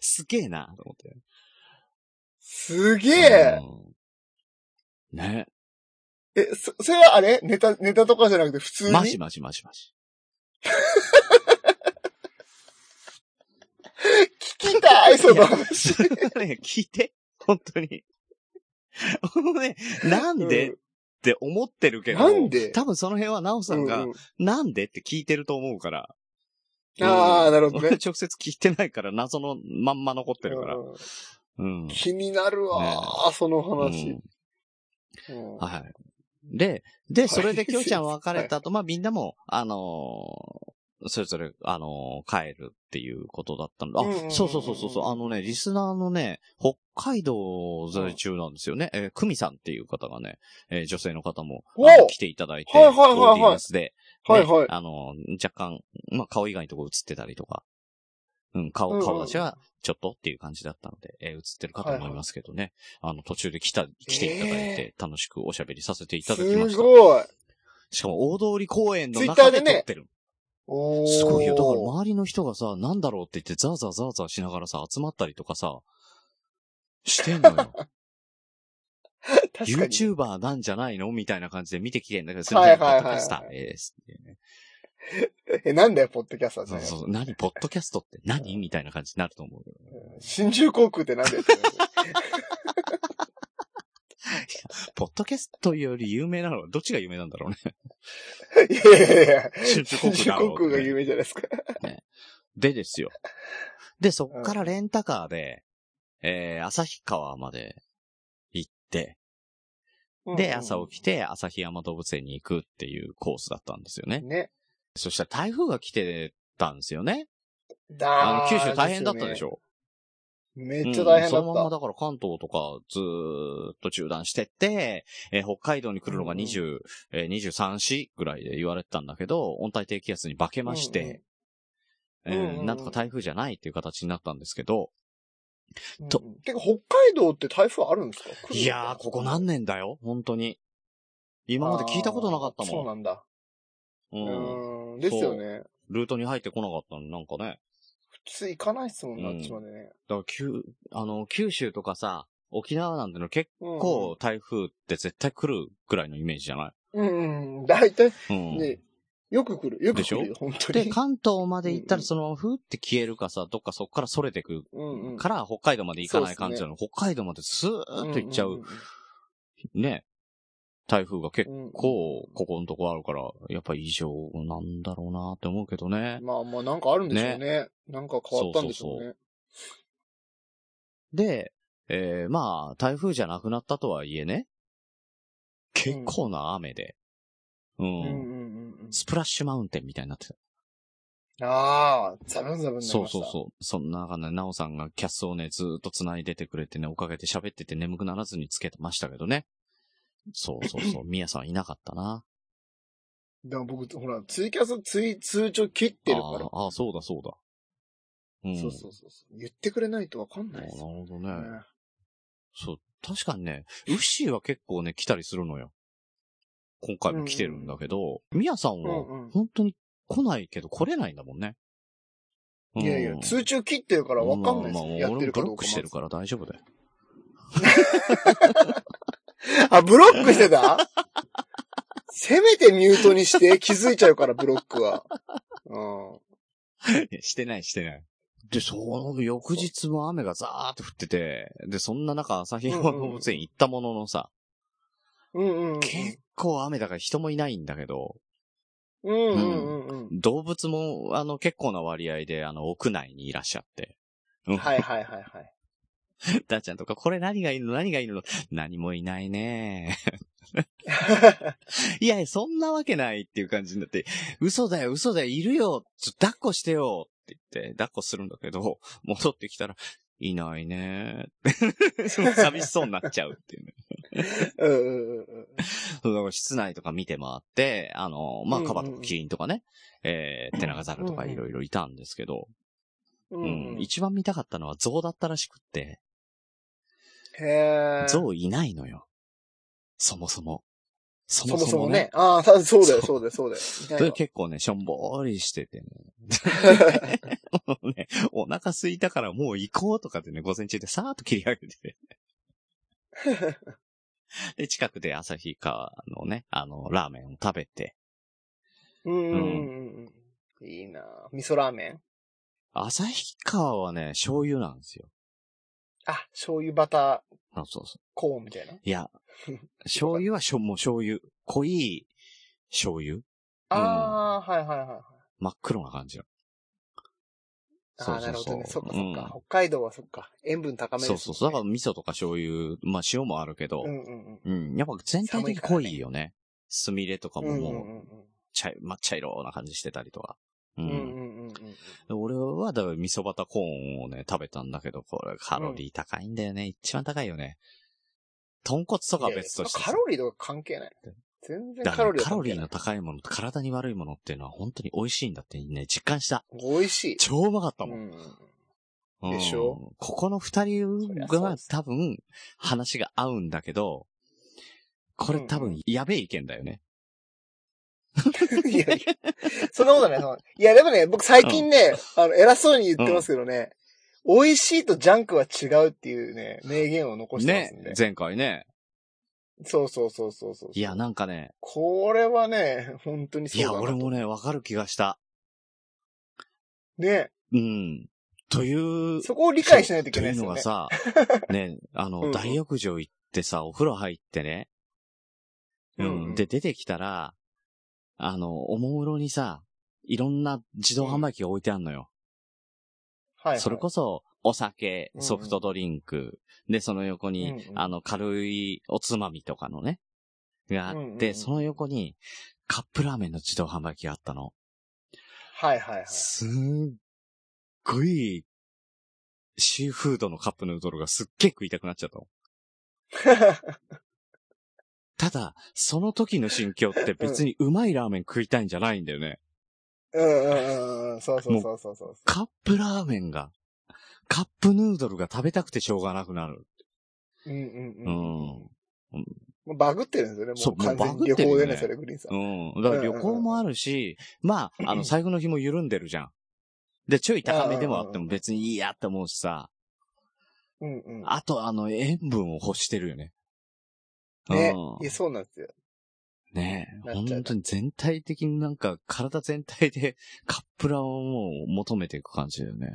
すげえな、と思って。すげえ。うんね。え、そ、それはあれネタ、ネタとかじゃなくて普通にマジマジマジマジ。聞きたい、その話。それはね、聞いて。本当に。あのね、なんで、うって思ってるけど。なんで多分その辺はナオさんが、ううなんでって聞いてると思うから。ああ、なるほど俺 ね。直接聞いてないから、謎のまんま残ってるから。うんうん。気になるねわ、そのう話ん。うんはい。で、で、それできょうちゃん別れた 後、まあみんなも、あのーそれぞれ、あのー帰るっていうことだったの。あ、うんうんうんそうそうそうそうそう、あのね、リスナーのね、北海道在中なんですよね。えー久美さんっていう方がね、えー女性の方も、おあの来ていただいて、はいはいはいはオいーディエンスで、ねはいはい。あの、若干、まあ、顔以外のところ映ってたりとか、うん、顔うんう、ん顔出しは、ちょっとっていう感じだったので、えー映ってるかと思いますけどね。あの、途中で来た、来ていただいて、楽しくおしゃべりさせていただきましすた。ごい。しかも、大通公園の Twitter 中でで撮ねってる。おーすごいよ。だから、周りの人がさ、なんだろうって言って、ザーザーザーザーしながらさ、集まったりとかさ、してん のよ。確かに。 YouTuber なんじゃないのみたいな感じで見てきてんだけど、すみません、ポはいッはいドはいキャスターです。え、なんだよ、ポッドキャスターじそうゃないそうそう、何ポッドキャストって何みたいな感じになると思うよ。真珠航空ってなんだよ。ポッドキャストより有名なのは、どっちが有名なんだ ろうね。いやいやいやいや。真珠真国珠だ航ろ空う、がね有。名じゃないですか。でですよ。で、そっからレンタカーで、えー、旭川まで行って、で、朝起きて旭山動物園に行くっていうコースだったんですよね。ね。そしたら台風が来てたんですよね。あだの、九州大変だったでしょ。ょ。めっちゃ大変だうんそのまっまた。だから関東とかずーっと中断してって、えー北海道に来るのが20、えー23、4ぐらいで言われてたんだけど、温帯低気圧に化けまして、うんえうんーうんうんなんとか台風じゃないっていう形になったんですけど、うんとてか、北海道って台風あるんですか来るのかいやー、ここ何年だよ、本当に。今まで聞いたことなかったあーそうも。なんだ。うんうん。ーん。ですよね。ルートに入ってこなかったの、なんかね。普通行かないっすもんな、うんあっちまでね。だから、九、あの、九州とかさ、沖縄なんての結うん構台風って絶対来るぐらいのイメージじゃないうんうん。大体うん。ね、よく来る。よく来るでよ、本当で、に。関東まで行ったうんうらんそのままふーって消えるかさ、どっかそっから逸れてくうんうんから北海道まで行かない感じなの。北海道までスーうッんんと行っちゃう、んんね。台風が結うん構、ここのとこあるから、やっぱ異常なんだろうなって思うけどね。まあまあ、なんかあるんでしょうね。なんか変わったんでしょうね。で、えー、まあ、台風じゃなくなったとはいえね、結構な雨で、ううんん、うんうんうん。スプラッシュマウンテンみたいになってた。ああ、ザブンザブンなりました。そうそうそう。そんな中ね、なおさんがキャスをね、ずーっと繋いでてくれてね、おかげで喋ってて眠くならずにつけてましたけどね。そうそう そう。みやさんいなかったな。でも僕、ほら、ツイキャス、ツイ、通帳切ってるかあら。ーあー、そうだそうだ。うん。そうそうそうそう。言ってくれないとわかんあーなないでるすよ、ほどね。ね。そう。確かにね、ウッシーは結構ね、来たりするのよ。今回も来てるんだけど、みやさんはうんうん、本当に来ないけど、来れないんだもんね。いやいや、通帳切ってるからわかんないですまあよ、まあやってるか俺もブロッどうかクも。してるから大丈夫だよ。 あ、ブロックしてた せめてミュートにして気づいちゃうから、ブロックは。うん。してない、してない。で、その翌日も雨がザーって降ってて、で、そんな中、旭山動物園行ったもののさ、うんうんうん。結構雨だから人もいないんだけど、うんうんうんうん。動物も、あの、結構な割合で、あの、屋内にいらっしゃって。うんはいはいはいはい。だっちゃんとか、これ何がいるの何がいるの何もいない ね。いやいや、そんなわけないっていう感じになって、嘘だよ、嘘だよ、いるよ、ちょっと抱っこしてよって言って、抱っこするんだけど、戻ってきたら、いない ねって。その寂しそうになっちゃうっていうね。うんうんうんうん。そうだから室内とか見て回って、あの、まあ、うんうんカバとかキリンとかね、えー、テナガザルとかいろいろいたんですけど、ううんうんん、一番見たかったのはゾウだったらしくって、へーゾウいないのよ。そもそも。そそももそそももねね。。ああ、さそうだよ、そそうだよ、そうだよ。そいれない結構ね、しょんぼーりしててね。 わもうね、お腹空いた からもう行こうとかでね、午前中でさーっと切り上げて。で、近くで旭川のね、あの、ラーメンを食べて、うんうんうんうん。いいなぁ味噌ラーメン旭川はね、醤油なんですよ。あ、醤油バターそうそうそう。コーンみたいな。い や、醤油はしょ、もう醤油。濃い醤油ああ、はいはいはいはい。真っ黒な感じの。ああ、なるほどね。そっかそっか。北海道はそっか。塩分高うんめですそうそもんねうそう。だから味噌とか醤油、まあ塩もあるけど、ううんん、うんうん。やっぱ全体的に濃いよね。スミレとかもうんうもうんうん茶、真っ茶色な感じしてたりとか。う。うんんうんうんうんうん。で俺は、だから味噌バターコーンをね、食べたんだけど、これカロリー高いんだよね。一番高いよね。豚骨とかはいやいや別としてさ。カロリーとか関係ない。全然だカかロらリーねはカロ関リ係ーなのい。高いものと体に悪いものっていうのは本当に美味しいんだってね、実感した。美味しい。超うまかったもん。うんうんうんでしょここの二人そりゃそうがです多分話が合うんだけど、これ多うん分やべえ意見だよね。 いやいや、そんなことない。そのいや、でもね、僕最近ね、あの、偉そうに言ってますけどね、美味しいとジャンクは違うっていうね、名言を残してまねすんで。前回ね。そうそうそうそうそう。いや、なんかね、これはね、本当にそいうだや、なと俺もね、わかる気がした。ね。うん。という、そこを理解しないといけないそですうというよのがね。 さ、ね、あの、うんうん大浴場行ってさ、お風呂入ってね、ううんん。うんで、出てきたら、あの、おもむろにさ、いろんな自動販売機が置いてあんのよ。はいはい。それこそ、お酒、うんうんソフトドリンク、で、その横に、うんうんあの、軽いおつまみとかのね、があって、うんうんうんその横に、カップラーメンの自動販売機があったの。はいは いはい。すっごい、シーフードのカップヌードルがすっげえ食いたくなっちゃったの。ただ、その時の心境って別 にうまいラーメン食いたいんじゃないんだよね。うんうんうんうん。そうそうそうそうそう。カップラーメンが、カップヌードルが食べたくてしょうがなくなる。うんうんうん。うんうんもうバグってるんですよね。そうもう完全もうにバグ旅ってるよ行ねでね、それ、グリーンさん。うん。だから旅行もあるし、まあ、あの、財布の紐緩んでるじゃん。で、ちょい高めでもあっても別にいいやって思うしさ、うんうん。あと、あの、塩分を欲してるよね。ね。ういや、そうなんですよ。ん。ねなっちゃう本当に全体的になんか、体全体で カップラをもう求めていく感じだよね。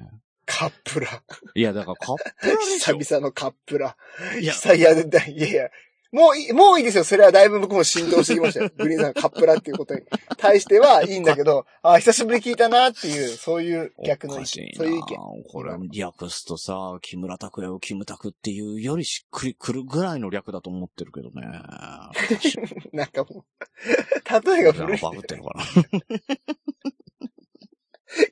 カップラ。いや、だからカップラでし 久ょ々のカップラ。いや、久々でだ、いやいや。もういい、もういいですよ。それはだいぶ僕も浸透してき ましたよ。グリーンさんカップラっていうことに対してはいいんだけど、あ、久しぶりに聞いたなっていう、そういう逆のお意かし見。いそなういう意見。これ、略すとさ、木村拓哉をキムタクっていうよりしっくりくるぐらいの略だと思ってるけ どね。なんかもう、例いえがや古い。バグってるかな。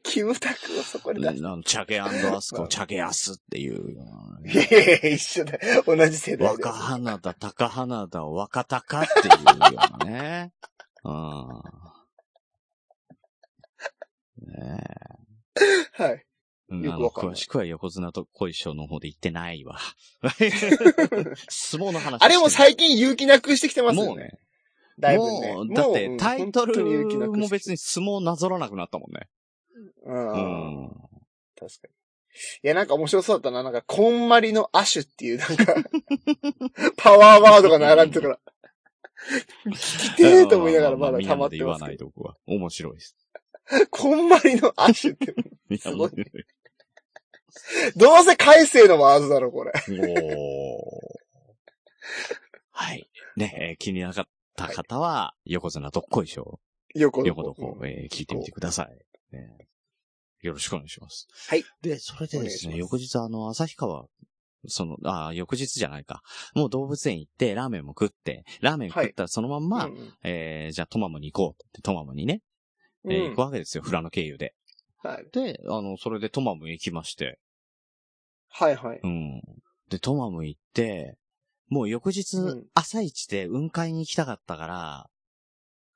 キムタクをそこで出しあのチャゲアス コ、チャゲアスっていう。いやいやいや、一緒だよ。同じ世代だよ若花田、高花田、若高っていうようなね。うん。ねはい。え。うんよあくのわかんない詳しくは横綱と恋性の方で言ってない わ。相撲の話。あれも最近勇気なくしてきてますよね。もうねだいぶね。もう、だってもうタイト本当に勇気なルくしても別に相撲なぞらなくなったもんね。うん。うん。確かに。いや、なんか面白そうだったな。なんか、こんまりの亜種っていう、なんか、 パワーワードが並んでるから。聞きてーと思いながらまだ溜まみんなってますで言わなけいとこは。面白いです。ど。こんまりの亜種って、いすごいねやどうせ改正のワードだろ、これ。おーはい。ね、えー気になかった方は、横綱どっこいしょ横う。の横子どこ、えー聞いてみてください、ねよろしくお願いします。はい。で、それでですね、お願いし翌日あの、旭川、その、あー翌日じゃないか。もう動物園行って、ラーメンも食って、ラーメン食ったらそのまんま、うんうんえーじゃあトマムに行こうって、トマムにね、えーうん行くわけですよ、フラノ経由で。はいで、あの、それでトマム行きまして、はいはい。うん。で、トマム行って、もう翌日うん、朝一で雲海に行きたかったから、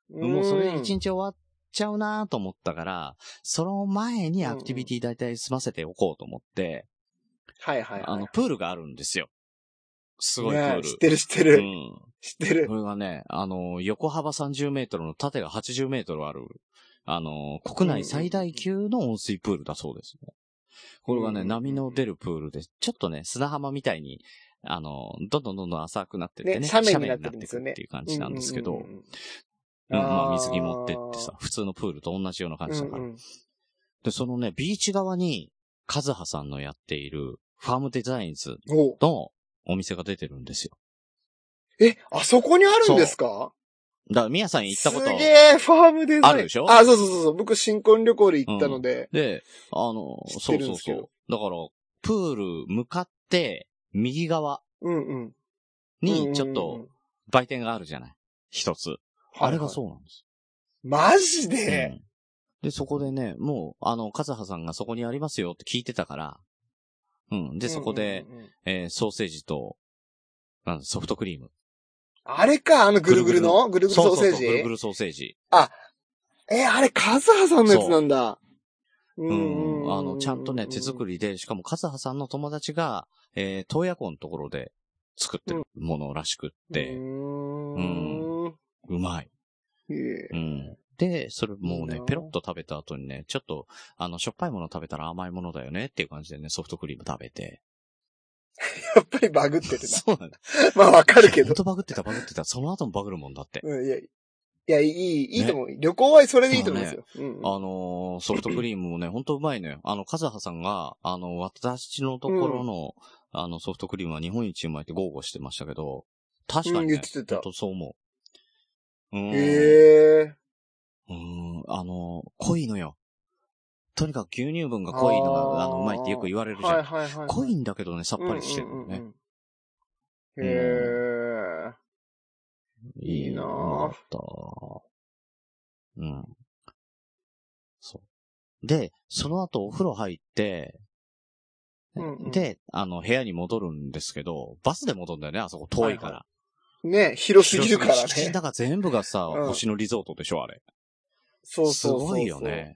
もうそれで一日。日終わっちゃうなと思ったから、その前にアクティビティ大体済ませておこうと思って、はいはいはい。あの、プールがあるんですよ。すごいプねーえル。知ってる知ってる。うん。知って る。これがね、あの、横幅30メートルの縦が80メートルある、あの、国内最大級の温水プールだそうですね。これがうね、ん波の出るプールで、ちょっとね、砂浜みたいに、あの、どんどんどんどん浅くなってってね、ね斜面に斜面なってるんですよになねってくっていう感じなんですけど、ううんんうんうんまああー水着持ってってさ、普通のプールと同じような感じだから。うんうんで、そのね、ビーチ側に、カズハさんのやっている、ファームデザインズおうのお店が出てるんですよ。え、あそこにあるんですかだから、ミヤさん行ったことすげえ、ファームデザイン。あるでしょあ、そうそうそうそう。僕、新婚旅行で行ったので。で、あの、知っそてうるそんでうすけそどう。だから、プール向かって、右側うんうん。にちょっうんうんうとん、売店があるじゃない一つ。あれがそうなんです。マジで、うんで、そこでね、もう、あの、カズハさんがそこにありますよって聞いてたから、うん。で、そこで、うんうんうん。えーソーセージと、なんソフトクリーム。あれか、あのぐるぐるのぐるぐるソーセーそうジそうそうぐるぐるソーセージ。え、あれ、カズハさんのやつなんだ。ううん。あの、ちゃんとね、手作り。りで、しかもカズハさんの友達が、えー、洞爺湖のところで作ってるものらしくって、ううーん。まい。ええうん。で、それもういいねな、ペロッと食べた後にね、ちょっと、あの、しょっぱいもの食べたら甘いものだよねっていう感じでね、ソフトクリーム食べて。やっぱりバグっててな。 そうなんだ。まあわかるけほんど。とバグってた、バグってた。その後もバグるもんだって。うん、いや、いや、いい、いいと思う。旅行はそれでいいと思うんですよ。うんうん。あのーソフトクリームもね、ほんとうまいのよ。あの、カズハさんが、あの、私のところの、あの、ソフトクリームは日本一うまいって豪語してましたけど、確かうに、んね、言ってたほんとそう思う。うん。ええうん、あのー濃いのよ。とにかく牛乳分が濃いのが、あの、うまいってよく言われるじゃん。はいはいはいはい。濃いんだけどね、さっぱりしてるのね。うんうんうんうん。へえ。いいなぁぁ。うん。そう。で、その後お風呂入って、うんうんで、あの、部屋に戻るんですけど、バスで戻るんだよね、あそこ遠いから。ね、広すぎるから広すぎね。だから全部がさ、うん星野リゾートでしょ、あれ。そうそうそうそう。すごいよ。ね。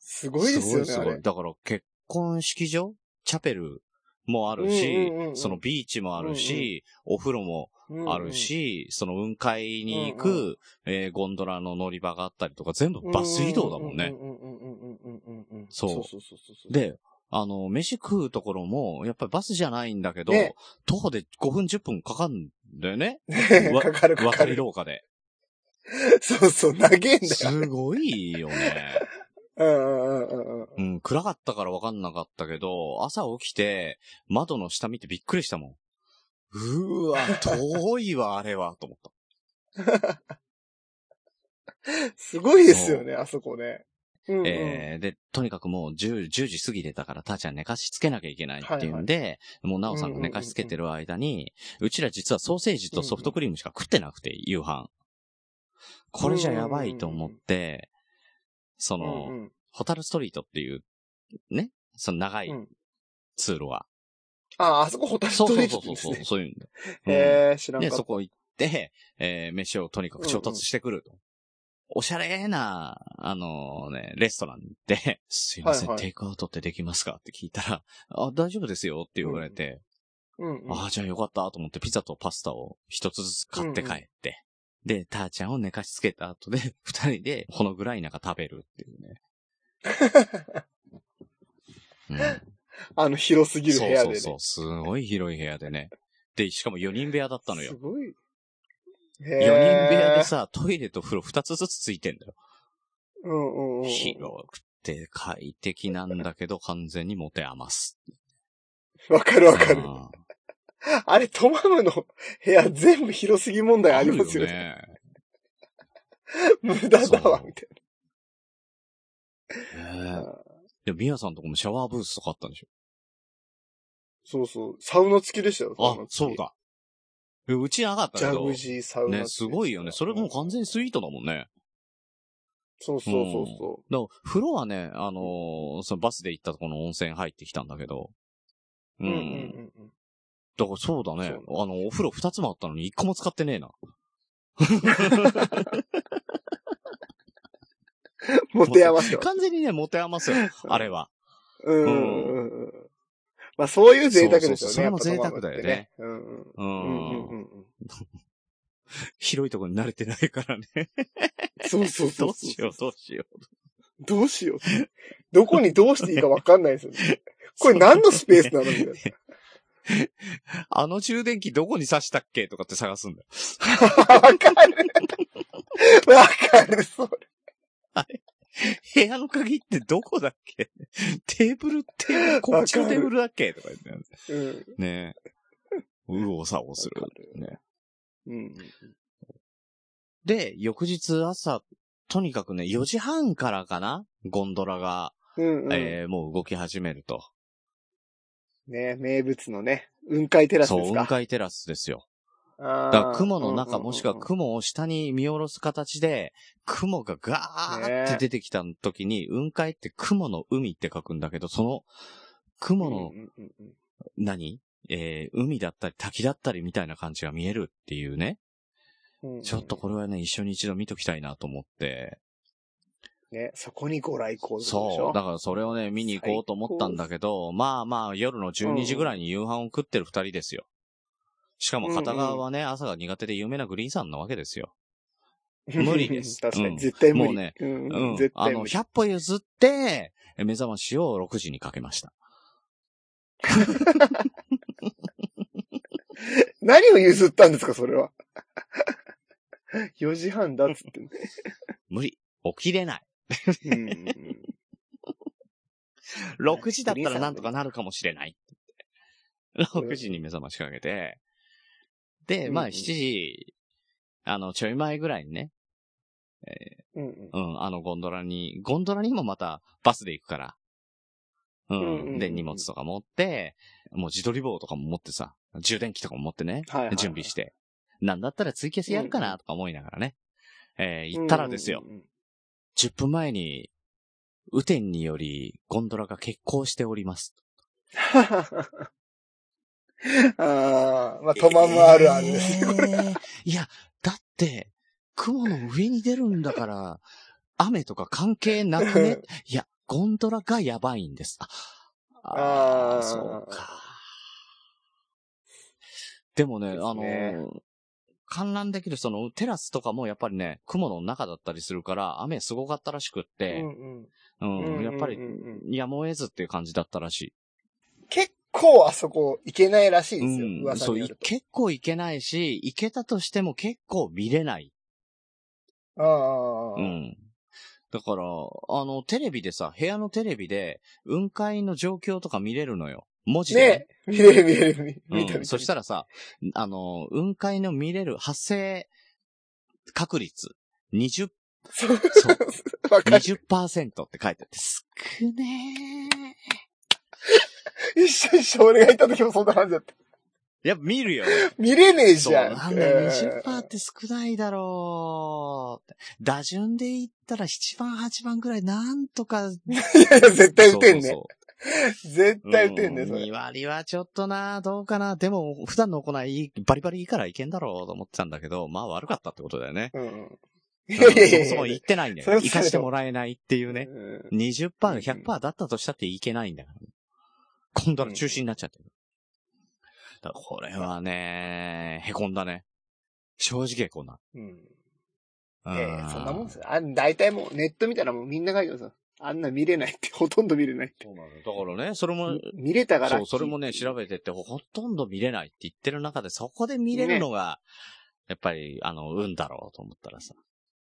すごいですよね、すあごいれ。だから結婚式場チャペルもあるし、うんうんうんうんそのビーチもあるし、お風呂もあるし、その雲海に行く、うんうえーゴンドラの乗り場があったりとか、全部うんうん、バス移動だもんね。うんうんうんうんうんうんうんうん。そうそうそうそうそう。、で、あの、飯食うところも、やっぱりバスじゃないんだけど、ね徒歩で5分10分かかるんだよね。 わかかるかか渡りる。廊下で。そうそう、長えんだよ。すごいよね。うんうんうんうんうん。うん、暗かったからわかんなかったけど、朝起きて、窓の下見てびっくりしたもん。うーわ、遠いわ、あれは、と思った。すごいですよね、あそこね。うんうん。えーで、とにかくもう10、10時過ぎてたから、たーちゃん寝かしつけなきゃいけないっていうんで、もうなおさんが寝かしつけてる間に、うちら実はソーセージとソフトクリームしか食ってなくて、夕飯。これじゃやばいと思って、その、うんうんホタルストリートっていう、ね、その長いうん通路は。あ、あそこホタルスそうトそリうートそっうそう、て言うんですね。そういうん だ。へえー、知らんで、かっそこ行って、えー飯をとにかく調達してくると。おしゃれな、あのね、レストランで、すいません、はいはいテイクアウトってできますかって聞いたら、あ、大丈夫ですよって言われて、た。うんうん。ああ、じゃあよかったと思ってピザとパスタを一つずつ買って帰って、で、ターちゃんを寝かしつけた後で、 二人でほのぐらいなんか食べるっていうね。 うんあの広すぎる部屋でね。そうそうそう。すごい広い部屋でね。で、しかも4人部屋だったのよす。ごい。4 4人部屋で。さ、トイレと風呂2つずつついてんだよ。うんうんうん。広くて快適なんだけど、完全に持て余す。わかるわかるう。んあれ、トマムの部屋全部広すぎ問題ありますよね。 無駄だわ、そうみたいあるよねねえな。でも、ミヤさんとこもシャワーブースとかあったんでしそうそう。サウナ付きでしたよ。ょあ、そうだ。だ。えうちなかったジけャどグ。ジーサウナ付きね、すごいよね。それもう完全にスイートだもんね。そうそうそうそだから風呂はね、あのーそのバスで行ったとこの温泉入ってきたんだけど。う。う。うんんうんうんうん。だからそうだね。そうあの、お風呂二つもあったのに一個も使ってねえな。持て余してます完全にね、持て余すよ。あれは。うんうんうんうん。まあ、そういう贅沢でしょうね。そうそうそうやっぱそれも贅沢だよねトマムってね。うんうう。ん。うんんうんうん。広いとこに慣れてないからね。そう そうそう。 どうしよう、どうしよう。どうしよう。 どこにどうしていいかわかんないですよね。これ何のスペースなのみたいな。あの充電器どこに挿したっけとかって探すんだよ。 わかる。わかる、それ。部屋の鍵ってどこだっけ テーブル、テーブル、こっちのテーブルだっけとか言って。うん。ねえ。うおさおするわか。ね。うん。で、翌日朝、とにかくね、4時半からかなゴンドラが、うん、うん。えーもう動き始めると。ね名物のね、雲海テラスそう、です雲か。海テラスですよ。あーだから雲の中、うんうんうんもしくは雲を下に見下ろす形で、雲がガーって出てきた時に、雲海って雲の海って書くんだけど、その、雲のうんうんうんうん何、えー海だったり滝だったりみたいな感じが見えるっていうね。うんうんちょっとこれはね、一緒に一度見ときたいなと思って。ね、そこにご来光でしそょう。だからそれをね、見に行こうと思ったんだけど、まあまあ夜の12時ぐらいに夕飯を食ってる二人ですよ。しかも片側はね、朝が苦手で有名なグリーンさんなわけですよ。無理です 確かうんに、絶対無理。もうねうん、うん。 絶あ対の、無理。 100歩譲って、え目覚ましを6時にかけました。何を譲ったんですか、それは。4時半だっつってね、無理。起きれない。うんうんうん6時だったらなんとかなるかもしれない。6時に目覚ましかけて、で、まあうん7時、あの、ちょい前ぐらいにね、 うんうんうん、あのゴンドラに、ゴンドラにもまたバスで行くから。う。うんうんうんんで、荷物とか持って、もう自撮り棒とかも持ってさ、充電器とかも持ってね、はいはいはい準備して。なんだったらツイキャスやるかなとか思いながらね。えー行ったらですよ。。うんうん10分前に、雨天によりゴンドラが欠航しております。 ああ、まあ、トマムあるあるですね。えーいや、だって、雲の上に出るんだから、雨とか関係なく ね。いや、ゴンドラがやばいんです。あ、あーあーそうか。でもね、ですあねの、観覧できるそのテラスとかもやっぱりね、雲の中だったりするから、雨すごかったらしくっうて、んうん、うんやっぱうり、んうんうんやむを得ずっていう感じだったらしい。結構あそこ行けないらしいですよ、うん、噂そういによると。結構行けないし、行けたとしても結構見れない。ああ、うん。だから、あの、テレビでさ、部屋のテレビで、雲海の状況とか見れるのよ。文字でね、ね見れる見れる、見見うた見ん、そしたらさ、あの、雲海の見れる発生確率、20、そうそう、た。わかる。 20%って書いてあって、少ねえ。一緒一緒、俺が行った時もそんな感じだった。やっぱ見るよ。見れねえそう、じゃん。なんだよ、うん20%って少ないだろう。打順で言ったら7番、8番ぐらいなんとか。いやいや、絶対打てんね。そう絶そう対打てんね、うそれ。 2割はちょっとな、どうかな。でも、普段の行い、バリバリいいからいけんだろうと思ってたんだけど、まあ悪かったってことだよね。うんうん。いそやいやいやもそも行ってないんだそれよ。行はそうだよかしてもらえないっていうね。 うん20%、100%だったとしたっていけないんだから。今度は中止になっちゃってる。だからこれはね、へこんだね。正直へこんだ。うん。うんええそんなもんですよ。あ、大体もうネット見たらもうみんな書いてますよあんな見れないって、ほとんど見れないって。そうなのよだからね、それも、み見れたから。そう、それもね、調べてって、ほとんど見れないって言ってる中で、そこで見れるのが、やっぱり、あの、運だろうと思ったら さ。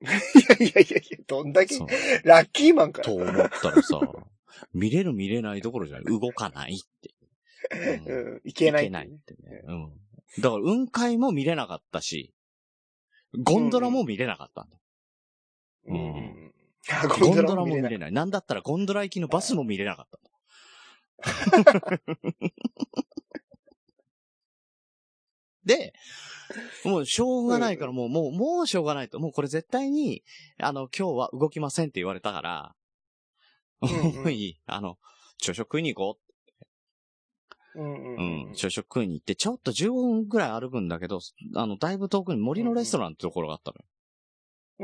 いやいやいやいや、どんだけそう。ラッキーマンかとら。思ったらさ、見れる見れないどころじゃない。動かないっていう。うんうん、いけない。いけないってね。うん。だから、雲海も見れなかったし、ゴンドラも見れなかったんだよ。うんうんう。うんあゴンゴンドドララもも見見れない。れない。なんだったらゴンドラ行きのバスも見れなか った。で、もうしょうがないから、もう、もう、もうしょうがないと。もうこれ絶対に、あの、今日は動きませんって言われたから、うんうん もういい。あの、朝食食いに行こううんうんううんん、朝食食いに行って、ちょっと15分ぐらい歩くんだけど、あの、だいぶ遠くに森のレストランってところがあった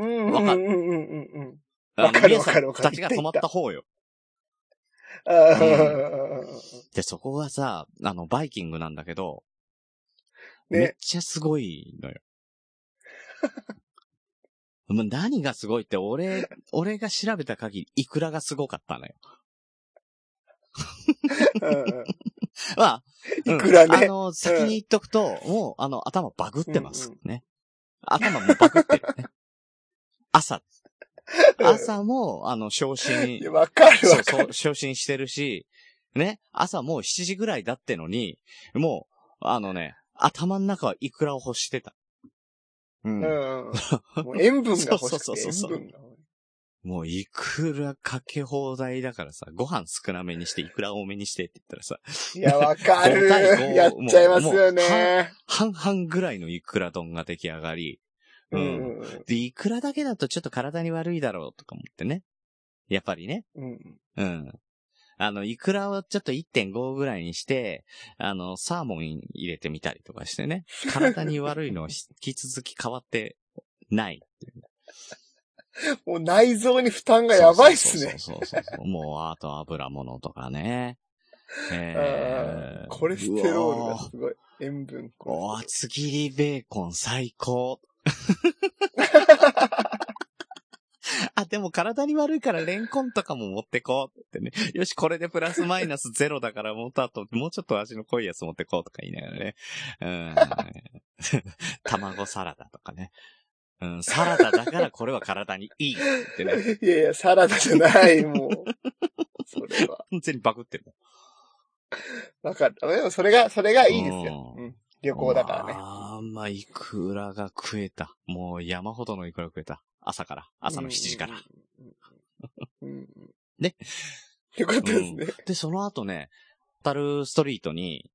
のよ。うん。わかるうんうんうんうんうん。あわのかるわかる皆わさんかたるちが泊まった方よ。ああ、で、そこがさ、あの、バイキングなんだけど、めっね。ちゃすごいのよ。 もう何がすごいって、俺、俺が調べた限り、イクラがすごかったのよ。うんうんまあ、いくらねあの、先に言っとくと、もう、あの、頭バグってますうんね。頭もバグってるね。 朝です。うん朝も、あの、昇進い、やわかるそわうかそる。う、昇進してるし、ね、朝もう7時ぐらいだってのに、もう、あのね、頭の中はいくらを欲してた。うん。うんうん。もう塩分が欲しそうくて、そうそう塩そう分が欲しいもういくらかけ放題だからさ、ご飯少なめにして、いくら多めにしてって言ったらさ、いや、わかる五対。五やっちゃいますよね。半々ぐらいのいくら丼が出来上がり、うもうもうんうんで、いくらだけだとちょっと体に悪いだろうとか思ってね。やっぱりね。うん。うん。あの、いくらをちょっと1.5ぐらいにして、あの、サーモン入れてみたりとかしてね。体に悪いのを引き続き変わってない。もう内臓に負担がやばいっすね。そうそうそうそうそう。もう、あと油物とかね。うえんー、コレステロールがうすごい。塩分。おーおー、厚切りベーコン最 高。あ、でも体に悪いからレンコンとかも持ってこうってね。よし、これでプラスマイナスゼロだからもっとあと、もうちょっと味の濃いやつ持ってこうとか言いながらね。うん。 卵サラダとかね。うん、サラダだからこれは体にいいってね。いやいや、サラダじゃない、もう。それは。完全にバグってる。わかる。でもそれが、それがいいですよ。ううん旅行だからね。あんまあ、いくらが食えた。もう山ほどのいくら食えた。朝から。朝の7時から。うん。うん。ね。よかったですね。で、その後ね、タルストリートに、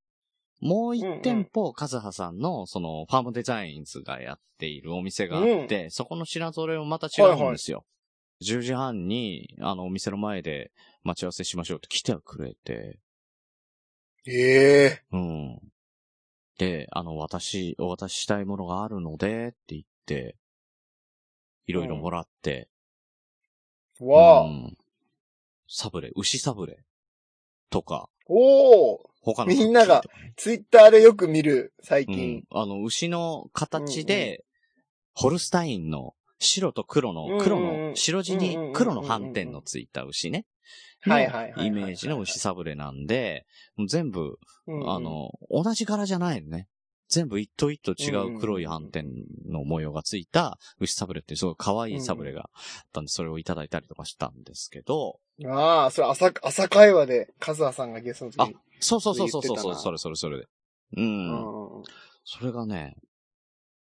もう一店舗、カズハさんの、その、ファームデザインズがやっているお店があって、そこの品揃えもまた違うんですよ。10時半に、あの、お店の前で待ち合わせしましょうって来てはくれて、ええうん。で、あの、私、お渡ししたいものがあるので、って言って、いろいろもらって、わあ。うんサブレ、牛サブレとか、おお他の。みんなが、ツイッターでよく見る、最う近ん。。あの、牛の形で、ホルスタインの白と黒うんうんの、うん黒の、白地うんうんうんうんうにん黒の斑点のついた牛ね。はいはいはい。イメージの牛サブレなんで、もう全部、うんうんあ、の、同じ柄じゃないのね。全部一頭一頭違う黒い斑点の模様がついた牛サブレっていうすごい可愛いサブレがあったんで、それをいただいたりとかしたんですけど、ああ、それ朝、朝会話で、カズハさんがゲストの時に。そうそうそうそうそう言っそてたう、なそれそれそれで。う。うんんうんそれがね、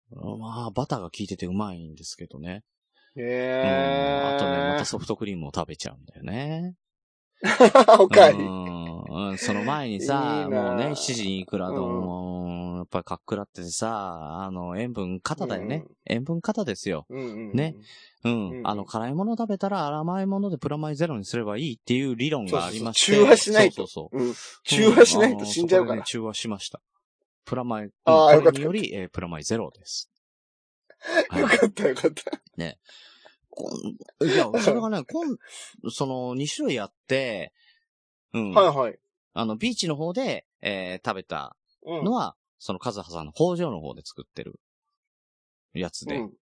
まあ、バターが効いててうまいんですけどね。うん。あとね、まえたソフトクリームを食べちゃうんだよね。えー。おかわりう。んうん。その前にさ、 いいなもうね、7時にいくらでも、もうやっぱりかっくらっててさ、あの、塩分肩だよね。塩分肩ですよ。うんうんうんね。うん。うんあの、辛いもの食べたら甘いものでプラマイゼロにすればいいっていう理論がありまして。そうそうそう中和しないとそうそうそう。うん。中和しないと死んじゃうかあのら。そこでね中和しました。プラマイ、あーうんこれにより、えープラマイゼロです。はいよかったよかった。こんいや、それがね、こんその、2種類あって、うん。はいはい。あの、ビーチの方で、えー食べたうんのは、その、カズハさんの工場の方で作ってるやつで、うん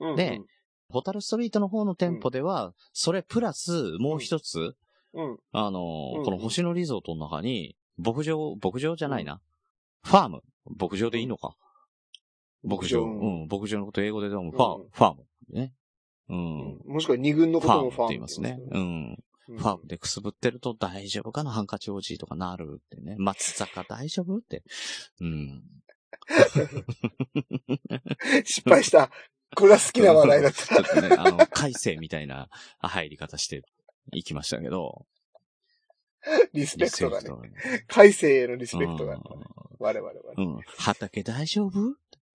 うん。でホタルストリートの方の店舗では、それプラス、もう一つ、うん。あのー、うんこの星野リゾートの中に、牧場、牧場じゃないな。ファーム。牧場でいいのか。牧場。ううんん、牧場のこと英語でどうも、フうんァ、ファーム。ね。うん。もしくは二軍のこファとームってもファーム。言いますね。うん。うん。ファームでくすぶってると大丈夫かなハンカチおじいとかなるってね。松坂大丈夫って。うん。 失敗した。これは好きな話題だっちょっとね、あの、改正みたいな入り方していきましたけ ど。た。リスペクトがね。がね。海星へのリスペクトがあったね。うん我々はね。うん。畑大丈夫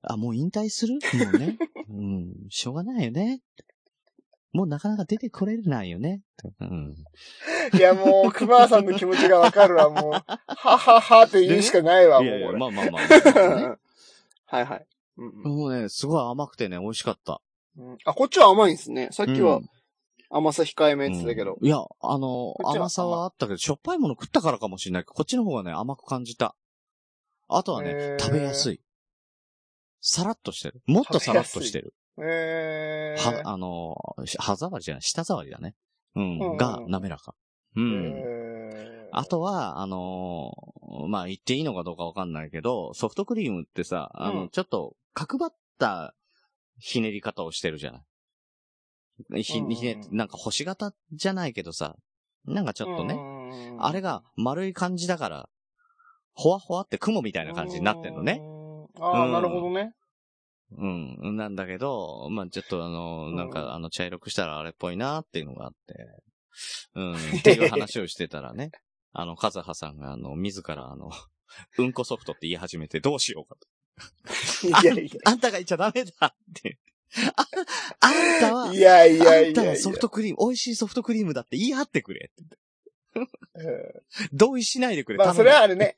あ、もう引退するもう ね。うん。しょうがないよね。もうなかなか出てこれないよね。うん。いやもう、熊さんの気持ちがわかるわ、もう。はははって言うしかないわ、もうこれ。まあまあまあ、 はいはい。うんうんもうね、すごい甘くてね、美味しかった。うんあ、こっちは甘いんですね。さっきはうん甘さ控えめって言ってたけどう。んいや、あのっ、ちは甘甘さはあったけど、しょっぱいもの食ったからかもしれないけど、こっちの方がね、甘く感じた。あとはへね、ー食べやすい。さらっとしてる。もっとさらっとしてる。えー。は、あの、し歯触りじゃない、舌触りだね。ううんん。が滑らか。うん。えあとは、あのーまあ、言っていいのかどうかわかんないけど、ソフトクリームってさ、あの、うんちょっと角張ったひねり方をしてるじゃない。ひ、うんうんうんひね、なんか星型じゃないけどさ、なんかちょっとね、ねあれが丸い感じだから、ほわほわって雲みたいな感じになってんのね。。あうあ、んなるほどね。うん。なんだけど、まあ、ちょっとあの、うんなんかあの、茶色くしたらあれっぽいなっていうのがあって、 うん。っていう話をしてたらね、あの、カズハさんがあの、自らあの、うんこソフトって言い始めてどうしようかと。いあやいあんたが言っちゃダメだって。あ、あんたは、や。いやいやあんいたやはいソフトクリーム、美味しいソフトクリームだって言い張ってくれって。や。同意しないでくれ。まあ、頼そむれはあれね。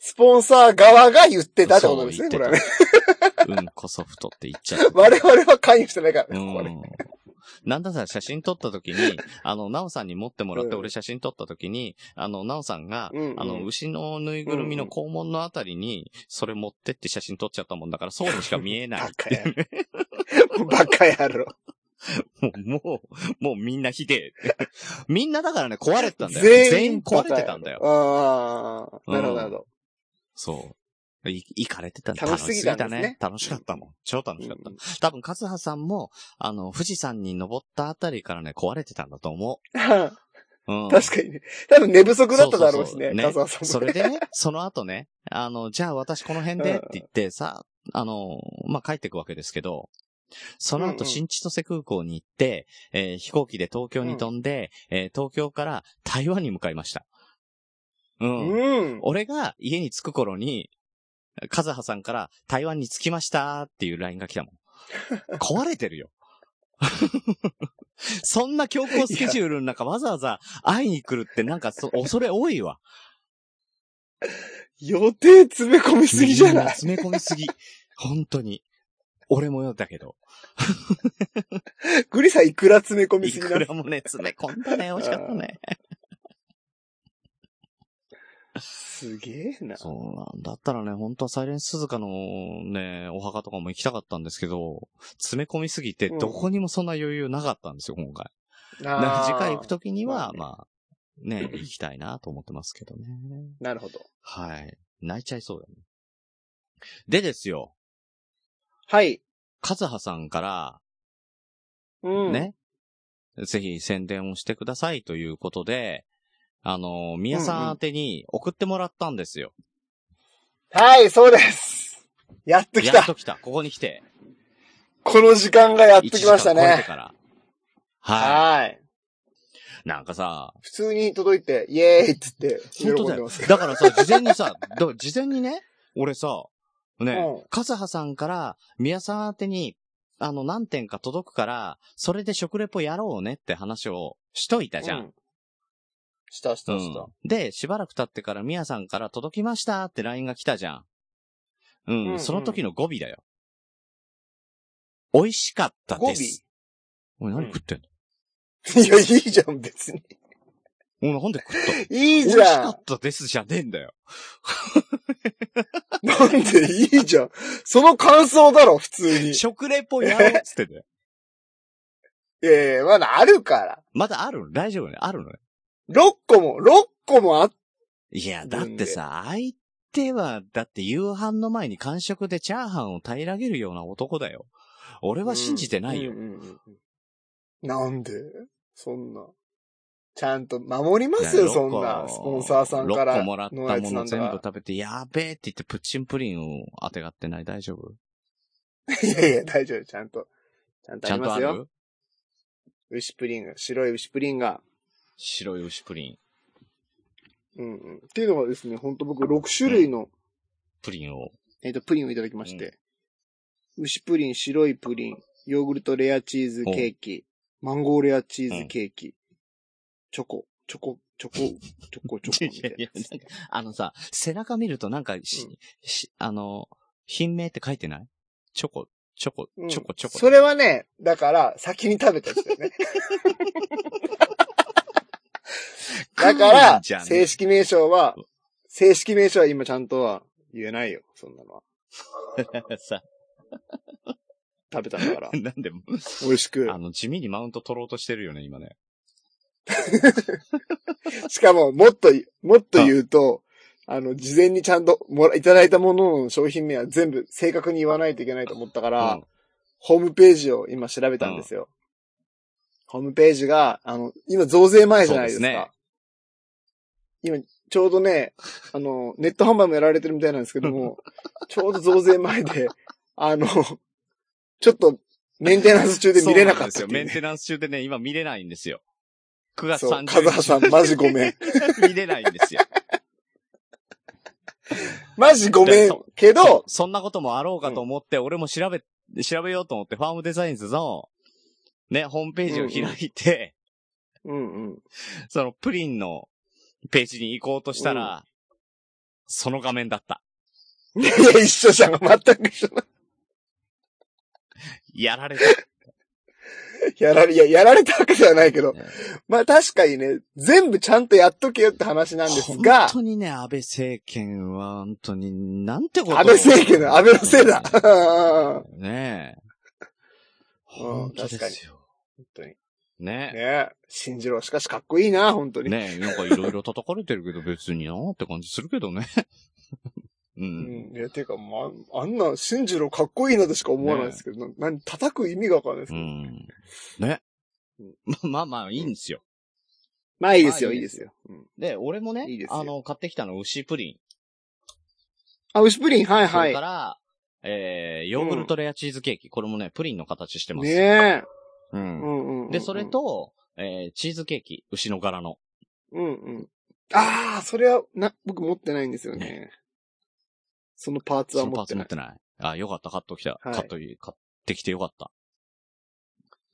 スポンサー側が言ってたってことですね、こそう言れはってね。たうんこソフトって言っちゃった。我々は関与してないからね、 ここはうねん。なんだったら写真撮った時 に、あの、なおさんに持ってもらって、うん俺写真撮った時に、あの、なおさんが、うんうんあの、牛のぬいぐるみの肛門のあたりに、それ持ってって写真撮っちゃったもんだから、そうにしか見えない バっカていやうね。 ろ。バカやろ。もう、もう、もうみんなひでえ って。みんなだからね、壊れてたんだよ。全全員員壊れてたんだよ。ああ、なるほど、なるほど。そう。い、いかれてたんだ楽しすぎたんですね楽しかったもん。超楽しかったうん。多分、カズハさんも、あの、富士山に登ったあたりからね、壊れてたんだと思う。うん。確かにね。多分寝不足だっただろうしね、そうカそうズハそうさんそもね。れでね、その後ね、あの、じゃあ私この辺でって言って、さ、あの、まあ、帰ってくわけですけど、そのうんう後、ん新千歳空港に行って、えー飛行機で東京に飛んで、えー東京から台湾に向かいました。うん。うん。俺が家に着く頃に、カズハさんから台湾に着きましたっていう LINE が 来たもん。壊れてるよ。 そんな強行スケジュールの中わざわざ会いに来るってなんかそ恐れ多いわ。予定詰め込みすぎじゃみんない詰め込みすぎ。本当に。俺もよだけ ど。グリさんいくら詰め込みいすぎくならもね、詰め込んだね。美味しかったね。すげえな。そうなんだったらね、本当はサイレンス鈴鹿のね、お墓とかも行きたかったんですけど、詰め込みすぎて、うんどこにもそんな余裕なかったんですよ、今回。だかあらー次回行くときには、ままあ、ね、行きたいなと思ってますけどね。なるほど。はい。泣いちゃいそうだね。でですよ、はい。カズハさんから、うん。。ね、ぜひ宣伝をしてくださいということで、あの、宮さん宛てに送ってもらったんですよ。はい、そうです。やっと来。やったと来た。ここに来て。この時間がやっと来ました1時間超えてね。から。ははい。い。なんかさ、普通に届いて、イエーイって言って、喜本当んだでよます。。だからさ、事前にさ、 だ事前にね、俺さ、ねうん、カズハさんから、宮さん宛てに、あの、何点か届くから、それで食レポやろうねって話をしといたじゃん。う。したしうたんした。で、しばらく経ってから宮さんから届きましたって LINE が来たじゃん。うん、うんうんその時の語尾だよ。美味しかったです。おい、何食ってんの、いや、いいじゃん、別に。おい、なんで食ったの いい美味じしかゃんったですじゃねえんだよ。なんでいいじゃんその感想だろ、普通に。い食レポやろうっつってんだよ。 やいや、まだあるから。まだあるの大丈夫ねあるのね6個も、6個もあっいや、だってさ、相手は、だって夕飯の前に完食でチャーハンを平らげるような男だよ。俺は信じてないよ。うんうんうんうんなんでそんな。ちゃんと守りますよ、そんな。スポンサーさんから6個もらったのやもつなのんだ全部か食べて、やべえって言ってプッチンプリンを当てがってない大丈夫ら。いやいや、大丈夫、ちゃんと。ちゃんとちあゃりんとまあすよ。る牛プリンが、白い牛プリンが。白い牛プリン。うんうん。っていうのがですね、ほんと僕6種類の、プリンを。えっ、と、プリンをいただきまして、牛プリン、白いプリン、ヨーグルトレアチーズケーキ、マンゴーレアチーズケーキ、チョコ、チョコ、チョコ、チョコ、チョコみたいなやつ。 いやいやあのさ、背中見るとなんかし、うんし、あの、品名って書いてないチョコ、チョコう、んチョコ、チョコ。それはね、だから、先に食べたやつ だよね。だか食うんら、じゃねえ正式名称は、正式名称は今ちゃんとは言えないよ、そんなのは。さ、。食べたんだからなんで、 美味しくあ。の、地味にマウント取ろうとしてるよね、今ね。 しかも、もっと、もっと言うと、あの、事前にちゃんともら、いただいたものの商品名は全部正確に言わないといけないと思ったから、うんホームページを今調べたんですよ。ホームページが、あの、今増税前じゃないですか。そうですね今、ちょうどね、あの、ネット販売もやられてるみたいなんですけど も、ちょうど増税前で、あの、ちょっとメンテナンス中で見れなかったそうっんですよ。ていメうンねテナンス中でね、今見れないんですよ。9月そう、 30カズハさん、マジごめん。日 見れないんですよ。マジごめんけそうど、そんなこともあろうかと思って、俺も調べ、調べようと思って、ファームデザインズの、ね、ホームページを開いて、うんうん。 そのプリンのページに行こうとしたら、その画面だった。 いや、一緒じゃん。全く一緒だ。やられた。やられ、いや、やられたわけではないけど。まあ確かにね、全部ちゃんとやっとけよって話なんですが本、当にね、安倍政権は、本当に、なんてことを安倍政権の安倍のせ いだ。本ねえ。うん本当ですよ。当に。ねね信じろ。しかしかっこいいな、本当え。に。ねえ、なんかいろいろ叩かれてるけど別になーって感じするけどね。 う。うんん。いや、ていうか、まあ、あんな、信じろかっこいいなとしか思わないですけど、な何、叩く意味がわかんないですうけど。ん。ね。まあまあまあ、いいんですよ。まあいいですよ、まあいいいいでですすよ。うんで、俺もね、いいですよあの、買ってきたの牛プリン。あ、牛プリン、はいそはれかい。ら、えー、ヨーグルトレアチーズケーキ。これもね、プリンの形してます。ねえ。う。うんんうんうん。で、それ、と、えー、チーズケーキ。牛の柄の。うんうん。ああ、それは、な、僕持ってないんですよね。そのパーツはその持パーってツな持いっ。てない。あ、よかった。買っときた。はい買っとい、買ってきてよかった。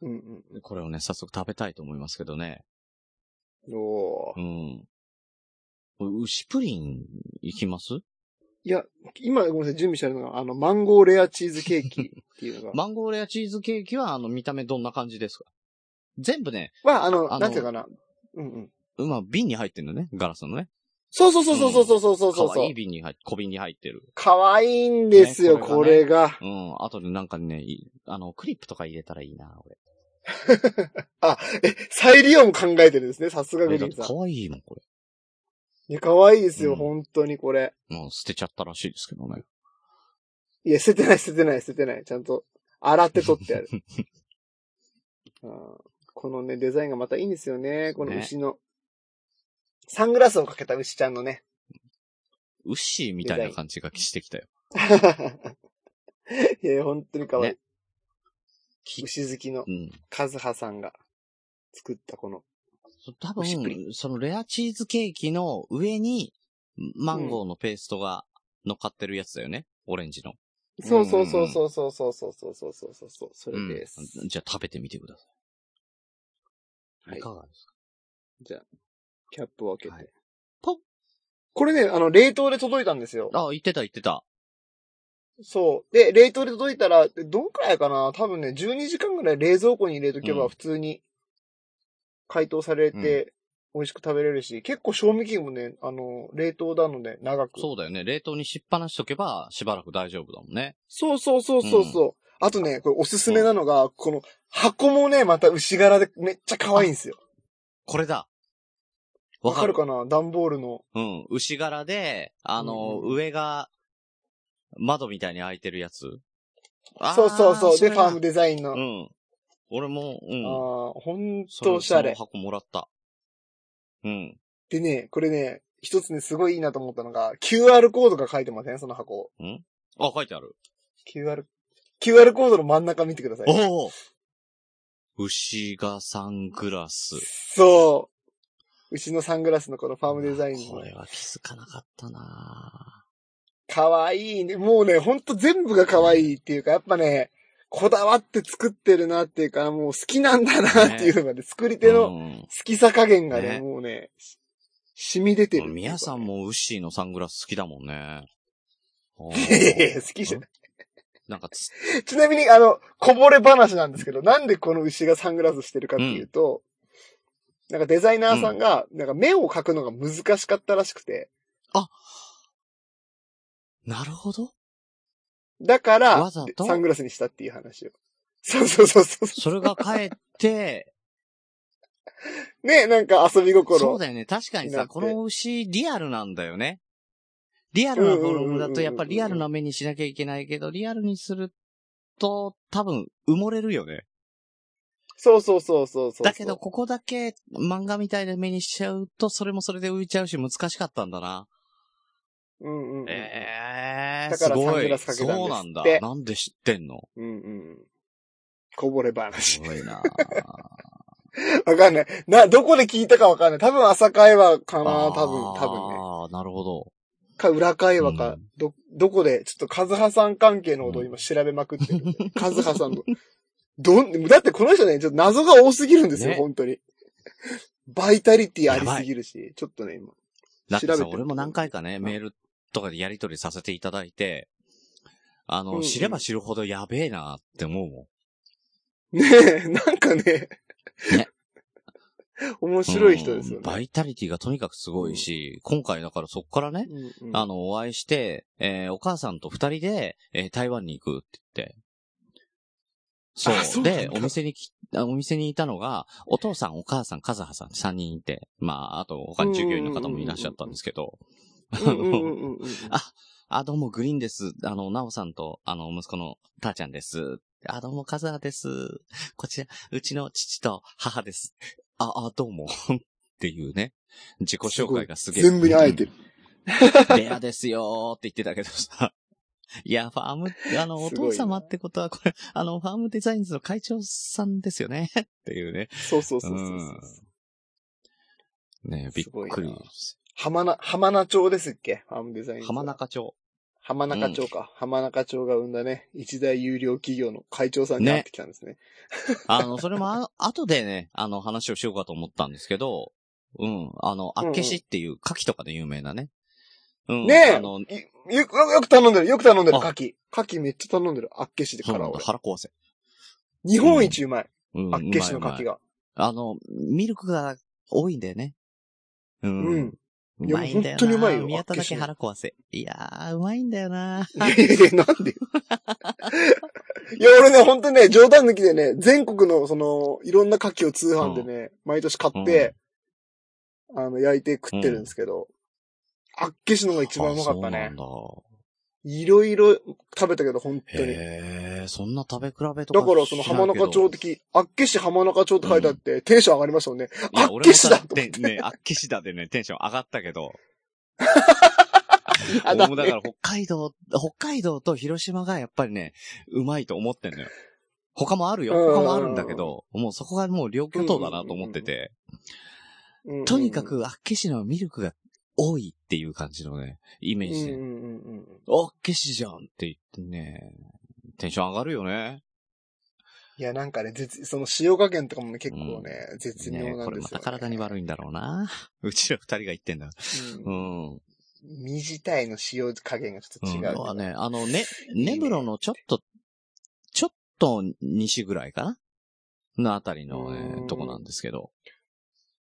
うんうんでこれをね、早速食べたいと思いますけどね。うん。おーうん。牛プリン、いきますいや、今ごめんなさい、準備してるのが、あの、マンゴーレアチーズケーキっていうのが。マンゴーレアチーズケーキは、あの、見た目どんな感じですか全部ね、まあ、あの、あのなんていうかな。うんうん。まあ、瓶に入ってんのね。ガラスのね。そうそうそうそうそうそうそうそう。可愛い瓶に入って、小瓶に入ってる。かわいいんですよ、ねここれれが。うん。あとでなんかね、いあの、クリップとか入れたらいいな、俺。え、再利用も考えてるんですね、さすがこれグだリーっンてさん可。愛いもん、これ。いや、かわいいですうよ、ん本当にこれ。もう捨てちゃったらしいですけどね。いや、捨ててない、捨ててない、捨ててない。ちゃんと、洗って 取ってある。あーこのね、デザインがまたいいんですよね、この牛の。サングラスをかけた牛ちゃんのね。 ウッシーみたいな感じがしてきたよ。いや、本当にかわいい。ねき牛好きのうん。カズハさんが作ったこの。そ多牛プリ分、そのレアチーズケーキの上に、マンゴーのペーストが乗っかってるやつだよね。オレンジの。そうそうそうそうそうそうそうそうそうそうそうそう。それです。うんじゃあ食べてみてください。はいい、かがですかじゃあ、キャップを開けて。はいポッこれね、あの、冷凍で届いたんですよ。あ、言ってた言ってた。そう。で、冷凍で届いたら、でどんくらいかな多分ね、12時間ぐらい冷蔵庫に入れとけうばん普通に解凍されて美味しく食べれるし、結構賞味期限もね、あの、冷凍なので長く。そうだよね。冷凍にしっぱなしとけば、しばらく大丈夫だもんね。そうそうそうそうそう。あとね、これおすすめなのが、この箱もね、また牛柄でめっちゃ可愛いんですよ。これだ。わかるかな段ボールの。うん。牛柄で、あの、うんうん上が、窓みたいに開いてるやつ。あーそうそうそう。で、れフだァームデザインうの。あん。俺も、うん。あー、ほんそれとおしゃれそ。の箱もらった。うん。でね、これね、一つね、すごいいいなと思ったのが、QR コードが書いてませんその箱。あ、書いてある。 QR、QR コードの真ん中見てください。おお牛がサングラス。そう。うちのサングラスのこのファームデザインこのれ。は気づかなかったなかわいいね。もうね、ほんと全部がかわいいっていうか、やっぱね、こだわって作ってるなっていうか、もう好きなんだなっていうのがね、作り手うの好んきさ加減がねね、もうね、染み出てるっていうかね。宮さんもウッシーのサングラス好きだもん ね。いやいやいや好きじゃない。なんかつ、ちなみに、あの、こぼれ話なんですけど、なんでこの牛がサングラスしてるかっていうと、なんかデザイナーさんが、なんか目を描くのが難しかったらしくて、なるほど。だから、わざとサングラスにしたって いう話を。そうそうそうそう。それが帰って、ね、なんか遊び 心。そうだよね。確かにだっさ、てこの牛、リアルなんだよね。リアルなフォルムだと、やっぱリアルな目にしなきゃいけないけど、リアルにすると、多分、埋もれるよね。そうそうそうそうそう。だけど、、ここだけ漫画みたいな目にしちゃうと、それもそれで浮いちゃうし、難しかったんだな。うんうんうん。ええー、だすからサごングい。ラスかけたんですってそうなんだ。なんで知ってんのうんうん。こぼれ話。す ごいなわかんない。な、どこで聞いたかわかんない。多分朝会話かなー多分、多分ね。ああ、なるほど。か、裏会話か。うんど、どこで、ちょっとカズハさん関係のことを今調べまくってる んで。カズハさんの。どん、だってこの人ね、ちょっと謎が多すぎるんですよ、ね本当に。バイタリティありすぎるし、ちょっとね、今。だって調べさ、てる俺も何回かね、メールとかでやり取りさせていただいて、あの、うんうん知れば知るほどやべえなって思うもん。 ねえ、なんかね、ね 面白い人ですようんバね。イタリティがとにかくすごいし、今回だからそっからね、うんうんあの、お会いして、えーお母さんと二人で、えー台湾に行くって言って。そう。あそうなんだで、お店にき、あお店にいたのが、お父さん、お母さん、カズハさん三人いて、まあ、あと他に従業員の方もいらっしゃったんですけど、うんうんうんうんうんあ、どうも、グリーンです。あの、ナオさんと、あの、息子のターちゃんです。あ、どうも、カズハです。こちら、うちの父と母です。あ、あ、どうも。 っていうね。自己紹介がすげえ。全部に会えてる。レアですよーって言ってたけどさ。いや、ファーム、あの、おすごいな父様ってことは、これ、あの、ファームデザインズの会長さんですよね。 っていうね。そうそうそうそうそう。ねえびっくすごいりな。浜名、浜名町ですっけファームデザイン。浜。中町。浜中町か。浜中町が生んだね、一大有料企業の会長さんに会ってきたんですね。あの、それもあ、 後でね、あの、話をしようかと思ったんですけど、うん、あの、あっけしっていう、牡蠣とかで有名なね。うん。ねえあの、いよく、よく頼んでる、よく頼んでる、あカキ。カキめっちゃ頼んでる、あっけしでかそうならんだ俺。腹壊せ。日本一うまい、うん、あっけしのうまいカキうまいが。あの、ミルクが多いんだよね。う。うんん。うまいんだよな。いや本当にうまいよ宮田だけ腹壊せ。いやー、うまいんだよな。いやいやいや、なん でいや、俺ね、ほんとね、冗談抜きでね、全国のその、いろんなカキを通販でね、毎年買って、あの、焼いて食ってるんですけど、あっけしのが一番うまかったね。あそいろいろ食べたけど、本う当なんだ。に。へー、そんな食べ比べとかだから、その浜中町て的、あっけし浜中町って書いてあって、テンション上がりましたもんね。あっ俺けもしさだと思でって。ね、あっけしだでね、テンション上がったけ ど。やだね俺もだから北海道、北海道と広島がやっぱりね、うまいと思ってんのよ。他もあるよ。うん他もあるんだけど、もうそこがもう両巨頭だなと思ってて、うんうんうんとにか、くあっけしのミルクが多いっていう感じのね、イメうーんうジんでう。んうんあっけしじゃんって言ってね、テンション上がるよね。いや、なんかね、絶、その塩加減とかもね、結構ね、絶妙ねなこんれでますよ、たね。体に悪いんだろうな。うちら二人が言ってんだ。ううんん。身自体の塩加減がちょっと違う。のはね、あの、ね、いね根室のちょっと、ちょっと西ぐらいかなのあたりの、ねうんとこなんですけど。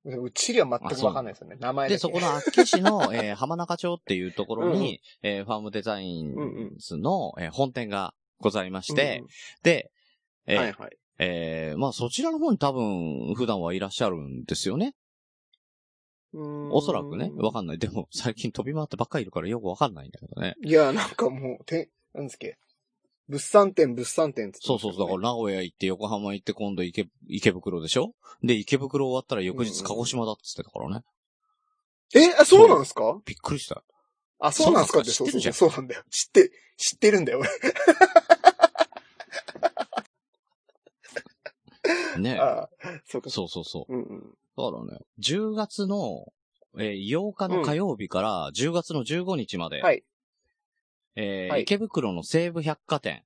でもうちりは全くわかんないですよね。名前だけで、そこの厚岸 の、えー浜中町っていうところに、えーファームデザインズの、えー本店がございまして、、で、うえんーはいはい。えーまあそちらの方に多分普段はいらっしゃるんですよね。おおそらくね、わかんない。でも、最近飛び回ってばっかりいるからよくわかんないんだけどね。いや、なんかもう、て、なんですっけ。物産展、物産展って言そっうてそうましたそう。だよね、から、名古屋行って、横浜行って、今度池、池袋でしょで、池袋終わったら翌日鹿児島だっつってたからね。え、あ、そうなんですかびっくりした。あ、そうなんですかって、そそううなんそうですそかう。そうなんだよ。知って、知ってるんだよ、俺。ね。あそうか。そうそうそうんうん。う。だからね、10月の、えー8日の火曜日から10月の15日まで、はいえーはい池袋の西武百貨店、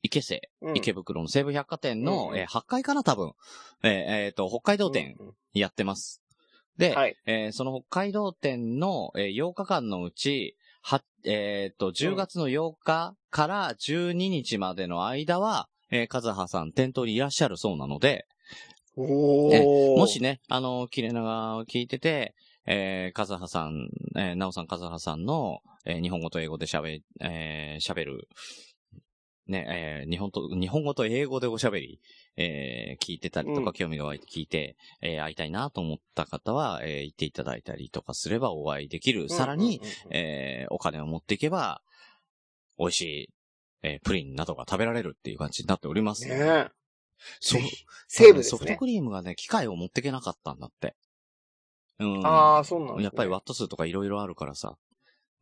池瀬、うん池袋の西武百貨店の、うんうんえー8階かな多分、えーえーと、北海道店うんやってます。で、はいえーその北海道店の、えー8日間のうち、は、えっ、と、10月の8日から12日までの間は、えー、カズハさん店頭にいらっしゃるそうなので、おー。もしね、あの、キレナガを聞いてて、えー、カズハさん、えー、ナオさんカズハさんの、えー日本語と英語で喋、えー喋る、ね、えー日本と、日本語と英語でおしゃべり、えー聞いてたりとうか、ん興味が湧いて聞いて、えー会いたいなと思った方は、えー行っていただいたりとかすればお会いできる。さらに、、えーお金を持っていけば、美味しい、えープリンなどが食べられるっていう感じになっておりますのねで。え。そうぜひセーブでソすフトねク。リームがね、機械を持ってけなかったんだって。うん。ああ、そうなんですねやっぱりワット数とかいろいろあるからさ。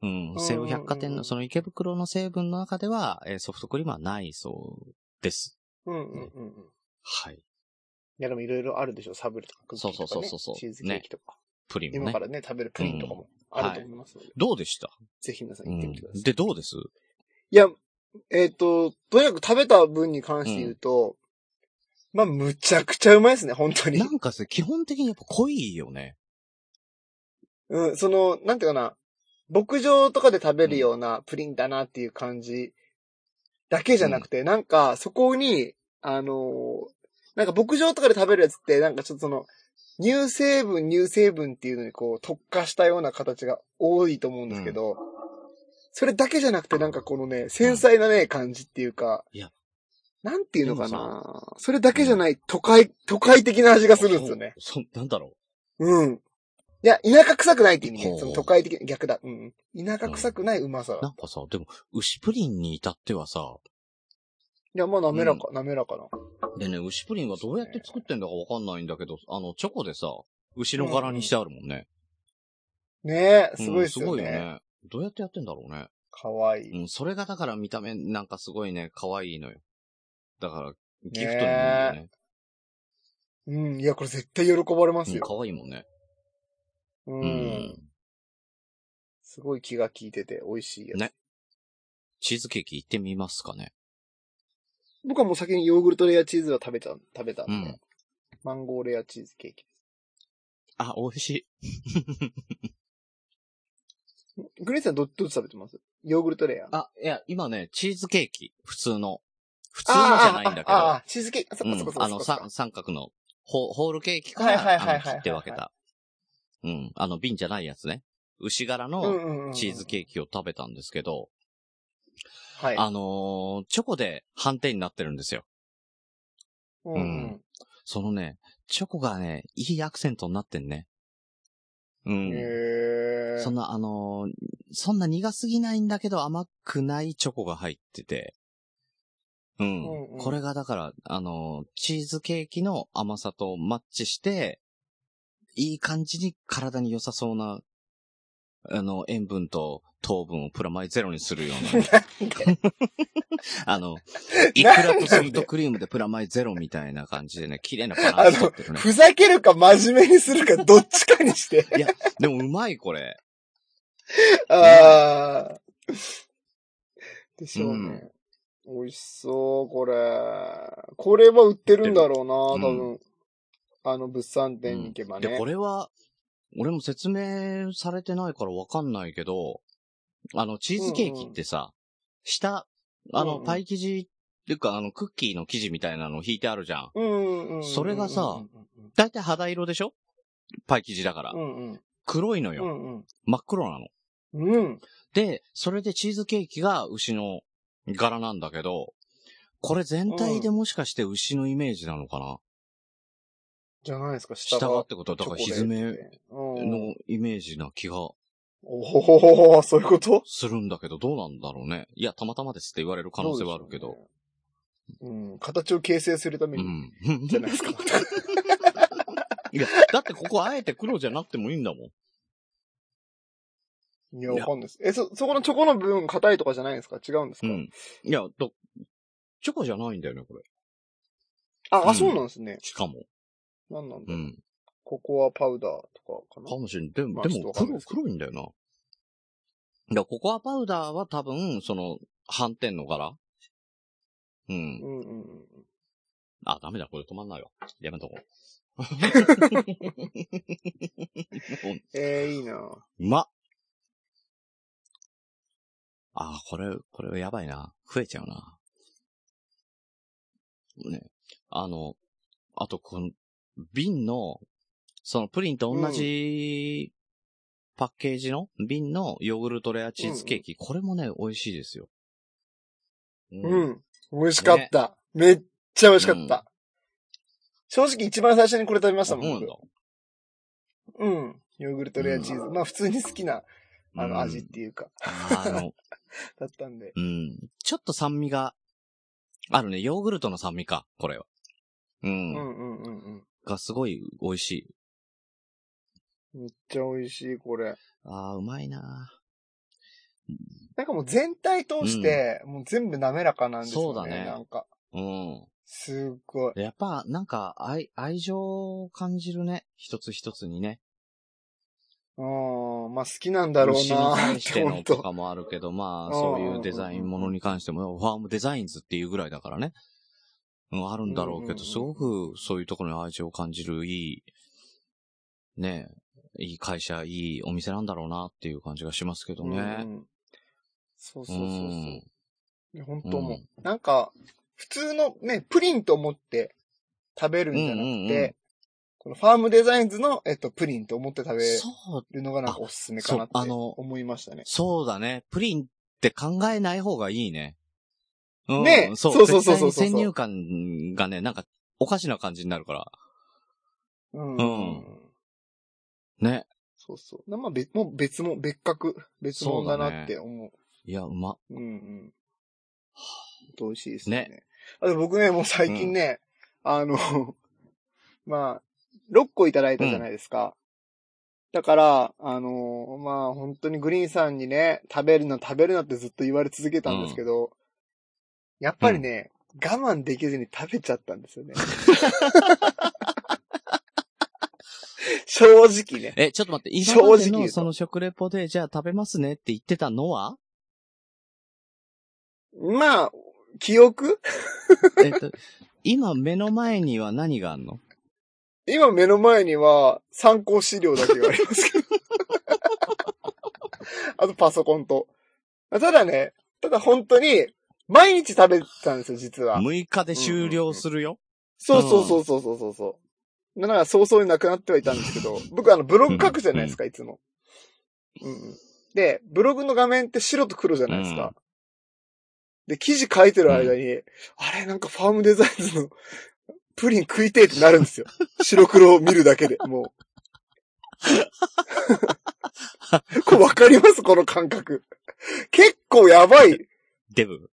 うん。ん西武百貨店の、その池袋の成分の中では、えーソフトクリームはないそうです。うんうんうんうん。はい。いや、でもいろいろあるでしょ。サブレとかクッキーとか、ね。そうそうそうそうチーズケーキとか。プリンも今ねか。らね、食べるプリンとかもあると思いますので、どうでしたぜひ皆さんう行ってんみてください。で、どうですいや、えっ、と、とにかく食べた分に関して言うと、まあ、むちゃくちゃうまいですね、本当にな。んかさ、基本的にやっぱ濃いよね。うん、その、なんていうかな、牧場とかで食べるようなプリンだなっていう感じだけじゃなくて、なんか、そこに、あのーなんか牧場とかで食べるやつって、なんかちょっとその、乳成分、乳成分っていうのにこう特化したような形が多いと思うんですけど、それだけじゃなくてなんかこのね、繊細なね、感じっていうか、いやなんていうのかでなそれだけじゃない都会、都会的な味がするんですよね。そう。そうなんだろうん。いや、田舎臭くないって意味ほね。うその都会的、逆だ。うん。田舎臭くないうまさ。う。なんかさ、でも、牛プリンに至ってはさ、いや、まあ滑らか、滑らかな。でね、牛プリンはどうやって作ってんだかわかんないんだけど、あの、チョコでさ、牛の柄にしてあるもんね。ねえ、うんすごいですすよごいよね。ね。どうやってやってんだろうね。かわいい。うん、それがだから見た目なんかすごいね、可愛いのよ。だから、ギフトにもいいよね。うん。いや、これ絶対喜ばれますうん、よ。可愛いもんね。う。。うんすごい気が利いてて、美味しいやつ。ねチーズケーキ行ってみますかね。僕はもう先にヨーグルトレアチーズは食べた、食べたんうで。ん。マンゴーレアチーズケーキ。あ、美味し い。グレイさんど、どっち食べてますヨーグルトレア。あ、いや、今ね、チーズケーキ、普通の。普通のじゃないんだけあああああどあ、チーズケーキ。あそっかそっかそっうん、かあその、っかそっか。さ三角のホ、ホールケーキかはいはいはら、あいはいはいの切って分けた。うん、あの、瓶じゃないやつね。牛柄うんのうんうんうんチーズケーキを食べたんですけど、はい。あのーチョコで判定になってるんですよ。うんうんそのね、チョコがね、いいアクセントになってんね。ううん。ん。へえ。そんな、あのーそんな苦すぎないんだけど甘くないチョコが入ってて。うん。うんうんこれがだから、あのーチーズケーキの甘さとマッチして、いい感じに体に良さそうな、あの、塩分と糖分をプラマイゼロにするような。 あの、イクラとソフトクリームでプラマイゼロみたいな感じでね、綺麗なバランス取ってるね。ふざけるか真面目にするかどっちかにして。 いや、でもうまい、これ。ああ。でしょうね。美味しそう、これ。これは売ってるんだろうな、売ってる多分。あの、物産店に行けばね。で、これは、俺も説明されてないからわかんないけど、あの、チーズケーキってさ、下、あうんの、うんパイ生地、っていうか、あの、クッキーの生地みたいなの引いてあるじゃん。うんうんうんうん。それがさうだいたい肌色でしょパイ生地だから。んうん、黒いのうよ。んうん。真っ黒なの。うんうん。で、それでチーズケーキが牛の柄なんだけど、これ全体でもしかして牛のイメージなのかな、じゃないですか、下下ががっ。てことは、だからチョひずコレートでめうん。のイメージな気がおほほほほ、そういうことするんだけど、どうなんだろうね。いや、たまたまですって言われる可能性はあるけど。どうでしょうね。うん。形を形成するためうに、ん。 じゃないですか。いや、だってここあえて黒じゃなくてもいいんだもん。いや、わかんないです。え、そ、そこのチョコの部分硬いとかじゃないんですか違うんですうか、ん。いや、ど、チョコじゃないんだよね、これ。あ、あ、うんそうなんですね。しかも。なんなんだ、うん。ココアパウダーとかかなかもしれん。でも、まあでちょもっとわかんな黒いで、す黒いんだよな。だからココアパウダーは多分、その、斑点の柄うん。うんうんうん。あ、ダメだ、これ止まんないわ。やめとこえー、いいなぁう。うまっあー、これ、これやばいな。増えちゃうな。ね。あの、あと、この、瓶の、そのプリンと同じパッケージの瓶のヨーグルトレアチーズケーキ、これもね、美味しいですよ。ううん。美味しかった。めっちゃ美味しかった。正直一番最初にこれ食べましたもん、うん僕。うん。ヨーグルトレアチーズ。まあ普通に好きな、あうんの味っていうか、あの、だったんで。うん。ちょっと酸味が、あるね。ヨーグルトの酸味か、これは。う。うんんうんうんうん。がすごい美味しい。めっちゃ美味しい、これ。ああ、うまいななんかもう全体通して、もう全部滑らかなんですよね。そうだねなんか、うん。すっごい。やっぱ、なんか、愛、愛情を感じるね。一つ一つにね。うん、まあ好きなんだろう牛にな対しってて思のうとと。かもあるけど、まあ、うんそういうデザインものに関しても、ファームデザインズっていうぐらいだからね。うん、あるんだろうけうんうんうど、んすごくそういうところに愛情を感じるいい、ねえ、いい会社、いいお店なんだろうなっていう感じがしますけどうね。んそううそうそうそう。ん。いや本当もう、うんなんか、普通のね、プリンと思って食べるんじゃなくて、うんうんうんこのファームデザインズの、えっと、プリンと思って食べそう、るのがなんかおすすめかなってあそう思いましたね。そうだね。プリンって考えない方がいいね。うんねそうそうそうそうそうそう絶対に先入観がね、なんか、おかしな感じになるから。うん。うんね。そうそう。なまあ、別、もう別も、別格、別物だなって思う。いや、うま。うんうん。本当美味しいですね。ねあと僕ね、もう最近ね、あの、 まあ、6個いただいたじゃないですか。だから、あの、まあ本当にグリーンさんにね、食べるな食べるなってずっと言われ続けたんですけど、やっぱりね、我慢できずに食べちゃったんですよね。正直ね。え、ちょっと待って、正今直まで言うとのその食レポで、じゃあ食べますねって言ってたの はまあ、記憶えっと、今目の前には何があんの今目の前には参考資料だけがありますけど。 あとパソコンと。ただね、ただ本当に、毎日食べてたんですよ、実は。 ?6 日で終了するよ。そうそうそうそうそうそうそう。なんか早々になくなってはいたんですけ ど、僕あのブログ書くじゃないですか、いつも。うんうん。で、ブログの画面って白と黒じゃないですうんか。で、記事書いてる間に、あれなんかファームデザインズのプリン食いてえってなるんですよ。白黒を見るだけで、 もう。これわかりますこの感覚。結構やばい。デブ。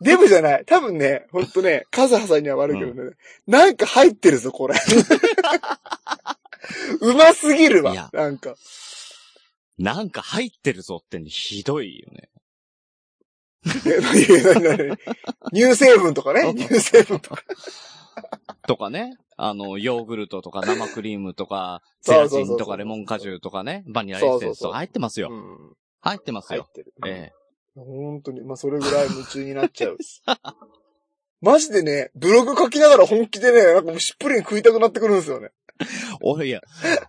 デブじゃない。多分ね、ほん とね、カズハさんには悪いけどね、なんか入ってるぞ、これ。うますぎるいやわ。なんか。なんか入ってるぞってひどいよね。え何何何乳成分とかね。乳成分とか。とかね。あの、ヨーグルトとか生クリームとか、ゼそラうそうそうそうチンとかレモン果汁とかね、バニラエッセンスとか入ってますうよ。ん入ってます入っよ。てる。ええ。ほんとに、まあ、それぐらい夢中になっちゃう。 マジでね、ブログ書きながら本気でね、なんかもうしっぷりに食いたくなってくるんですよね。俺、い や、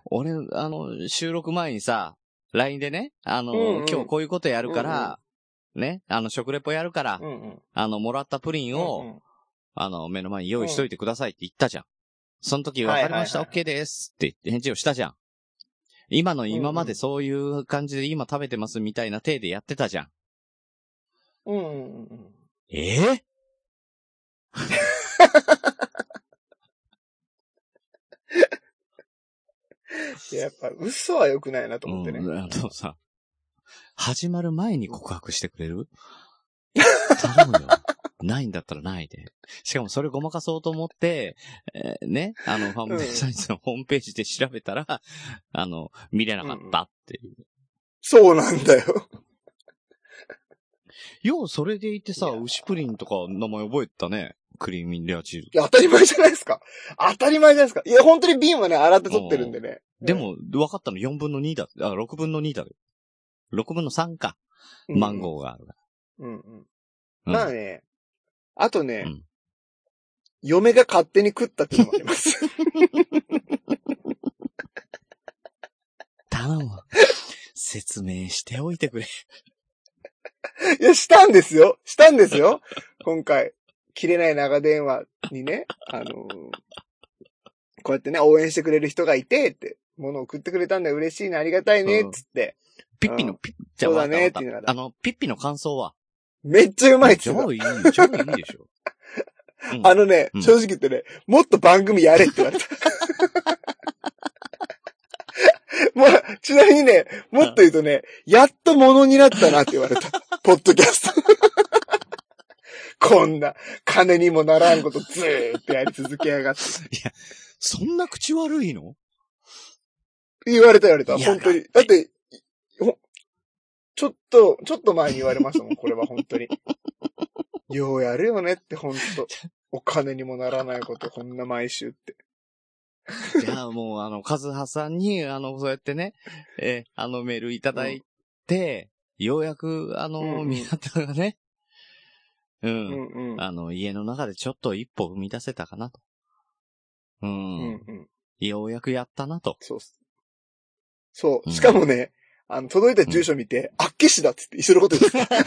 俺、あの、収録前にさ、LINE でね、あの、うんうん今日こういうことやるから、ね、あの、食レポやるから、んうん。あの、もらったプリンを、うんあの、目の前に用意しといてくださいって言ったじゃん。その時、わかりました、はいはい OK ですって返事をしたじゃん。今の今までそういう感じで今食べてますみたいな体でやってたじゃん。うんうんうん。ええいや、やっぱ嘘は良くないなと思ってね。うん、あのさ、始まる前に告白してくれ る頼むよ。ないんだったらないで。しかもそれごまかそうと思って、えーね、あの、ファームデザインズのホームページで調べたら、あの、見れなかったっていう。そうなんだよ。よう、それでいてさ、いやー牛プリンとか名前覚えてたね。クリーミーレアチーズい。や、当たり前じゃないですか。当たり前じゃないですか。いや、本当に瓶はね、洗って取ってるんでね。でも、分かったの4分の2だ。あ、6分の2だよ。6分の3か。うん、マンゴーがあるかー。うんうん。ら。まあうんね、あとね、うん嫁が勝手に食ったっていうのもあります。 頼む。 説明しておいてくれ。いや、したんですよ。したんです よ。今回、切れない長電話にね、あのーこうやってね、応援してくれる人がいて、って、物を送ってくれたんだよ、嬉しいな、ありがたいね、っつって。ピッピの、うんピッ、じゃあ、そうだねわかったわかっていうのっがたあの、ピッピの感想は。めっちゃうまいっじすゃよ。あいい、じゃあいいでしょ。うんあのね、うん正直言ってね、もっと番組やれって言われた。 まあ、ちなみにね、もっと言うとね、やっとものになったなって言われ た。ポッドキャスト。こんな、金にもならんことずーっとやり続けやがって。そんな口悪いの言われた言われた。いや本当に。だって、ほちょっと、ちょっと前に言われましたもん、これは本当に。ようやるよねって、本当お金にもならないこと、こんな毎週って。じゃあもう、あの、カズハさんに、あの、そうやってね、えーあの、メールいただいて、ようやく、あの、うんうん宮田がね、う、うんんうん。あの、家の中でちょっと一歩踏み出せたかなと。うん。うんうん。ようやくやったなと。そうっす。そうう。んしかもね、あの、届いた住所見て、あっけしだっつって一緒のこと言ってた。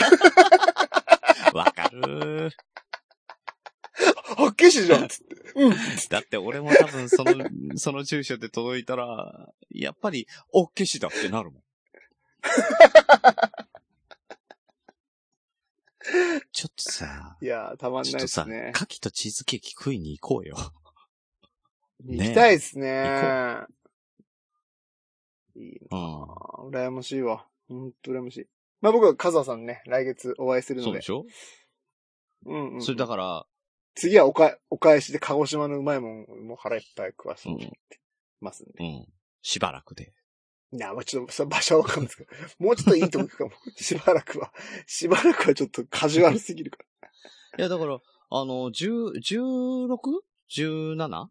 わかる。あっけしじゃんっつって。うん。だって俺も多分その、 その住所で届いたら、やっぱり、おっけしだってな るもん。ちょっとさ、いやー、たまんちょなっといっさ、すね。牡蠣とチーズケーキ食いに行こうよ。ね行きたいっすね行。いいうん。なー羨ましいわ。ほんと羨ましい。まあ僕はカズハさんね、来月お会いするそのうでで。しょ、うんうん。それだから、次はおか、お返しで鹿児島のうまいもん、もう腹いっぱい食わせてもらってますんで。うん。しばらくで。なあ、まあちょっと、そ場所はわかんないですけど、もうちょっといいとこ行くかも。しばらくは、しばらくはちょっとカジュアルすぎるから。いや、だから、あの、10、16?17? だっ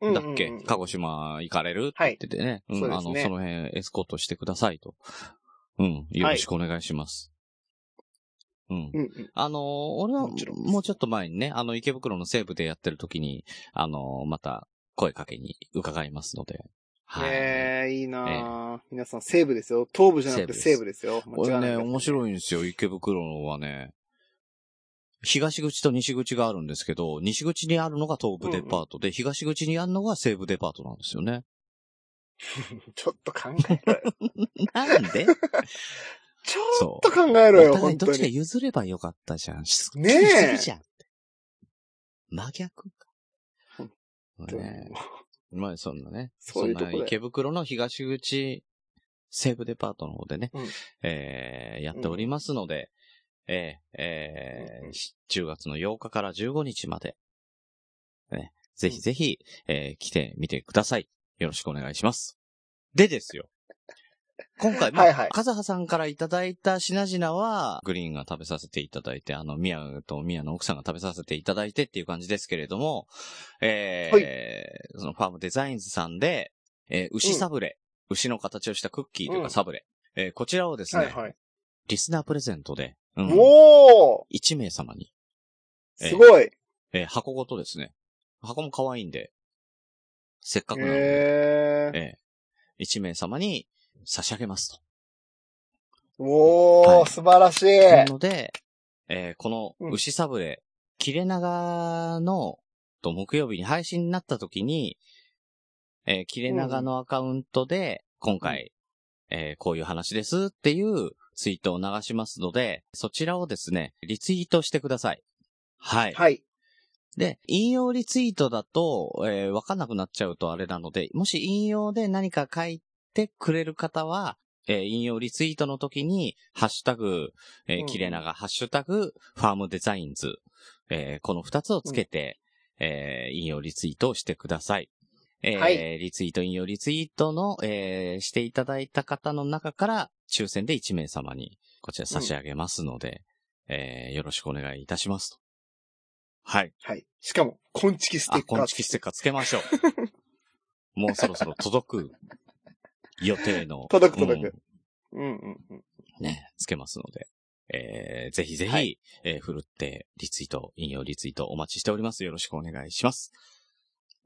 け、うんうんうん鹿児島行かれるはいって言ってね。うんそうであすの、ねその辺エスコートしてくださいと。うん。よろしくお願いします。うん。うんうん。あのー俺は、もちろんですもうちょっと前にね、あの、池袋の西部でやってる時に、あのーまた、声かけに伺いますので。はい。ねえ、いいなあ皆さん、西部ですよ。東部じゃなくて西西部部ですよ。これね、面い。白いんですよ、池袋のはね。東口と西口があるんですけど、西口にあるのが東部デパートで、東口にあるのが西部デパートなんですよね。ちょっと考えろよ。なんでちょそうっと。考えろよ、お互本いど当っちかに。譲ればよかったじゃん。すっきりねえするじゃんって。真逆本か。ねえ。まあそんなね。そういうとこだよんな池袋の東口西部デパートの方でね、うんえーやっておりますので、えーえーうんうんし10月の8日から15日まで、ね、ぜひぜひ、えー来てみてください。よろしくお願いします。でですよ。今回、まあはいはいカズハさんからいただいた品々は、グリーンが食べさせていただいて、あの、ミヤとミヤの奥さんが食べさせていただいてっていう感じですけれども、えーはいそのファームデザインズさんで、えー牛サブレ、牛の形をしたクッキーといううかんサブレ、えーこちらをですはね、いはい。リスナープレゼントで、うんおー1名様に、えーすごいえー箱ごとですね。箱も可愛いんで、せっかくなので、えー。えー1名様に差し上げますと。おはー、い素晴らしいなので、えーこうんの牛サブレ、切れ長の、と木曜日に配信になった時に、えー切れ長のアカウントで、今回、えーこういう話ですっていうツイートを流しますので、そちらをですね、リツイートしてください。はい。はい。で、引用リツイートだと、えーわかんなくなっちゃうとあれなので、もし引用で何か書いてくれる方は、えー引用リツイートの時に、ハッシュタグ、えうんうー、ん切れ長、ハッシュタグ、ファームデザインズ、えーこの二つをつけて、えー引用リツイートをしてください。えーはいリツイート、引用リツイートの、えーしていただいた方の中から、抽選で1名様に、こちら差し上げますので、えーよろしくお願いいたしますと。はい。はい。しかも、昆虫ステあ、ッカー。こんちきステッカーつけましょ う。もうそろそろ届く予定の。届く届くうんうんうんうん。ね、つけますので。えー、ぜひぜひ、はいえー、ふるって、リツイート、引用リツイートお待ちしております。よろしくお願いします。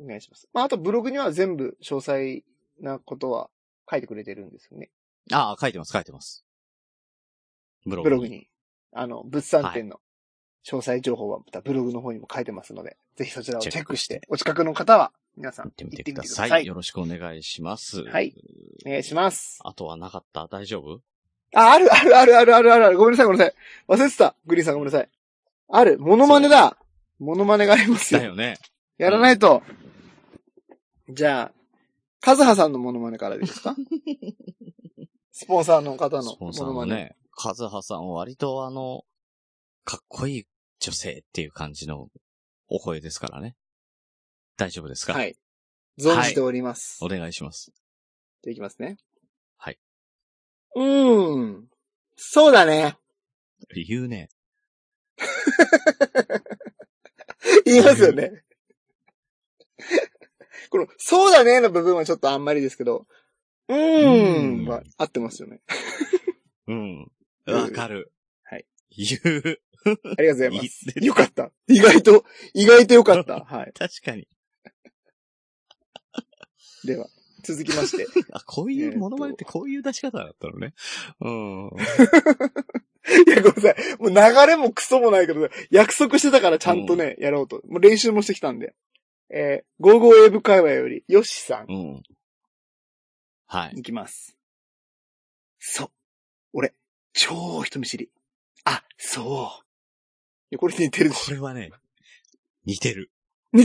お願いします。まあ、あとブログには全部詳細なことは書いてくれてるんですよね。あー、書いてます、書いてます。ブログブに。ログに。あの、物産展の詳細情報はまたブログの方にも書いてますので、ぜひそちらをチェックしチて、ェックしてお近くの方は皆さん行っ行っててみみててくくだだささい。い。よろしくお願いします。はい。お願いします。あとはなかった大丈夫あ、ある、ある、ある、ある、ある、ある、ごめんなさい、ごめんなさい。忘れてた。グリーンさんごめんなさい。ある、モノマネだ。モノマネがありますだよ。よね。やらないと。じゃあ、カズハさんのモノマネからでい いですかスポンサーの方スのポモンサーノのマネ。ね、カズハさん割とあの、かっこいい女性っていう感じのお声ですからね。大丈夫ですかは。い。存じております。お願いします。でいきますね。はい。うーん。そうだね。 言うね。言います よね。この、そうだねの部分はちょっとあんまりですけど、うーんは合ってますよね。うん。わかる。はい。言う。ありがとうございま言ってす。よかった。意外と、意外とよか った。はい。確かに。では、続きまして。 あ、こういうモノマネってこういう出し方だったのね。うん。いや、ごめんなさい。もう流れもクソもないけど、約束してたからちゃんとね、やろうと。もう練習もしてきたんで。えー、ゴーゴー英語会話より、ヨシさんう、ん。はい。 いきます。そう。俺、超人見知り。あ、そう。いやこれ似てるでしこれはね、似てる。ょ。 こ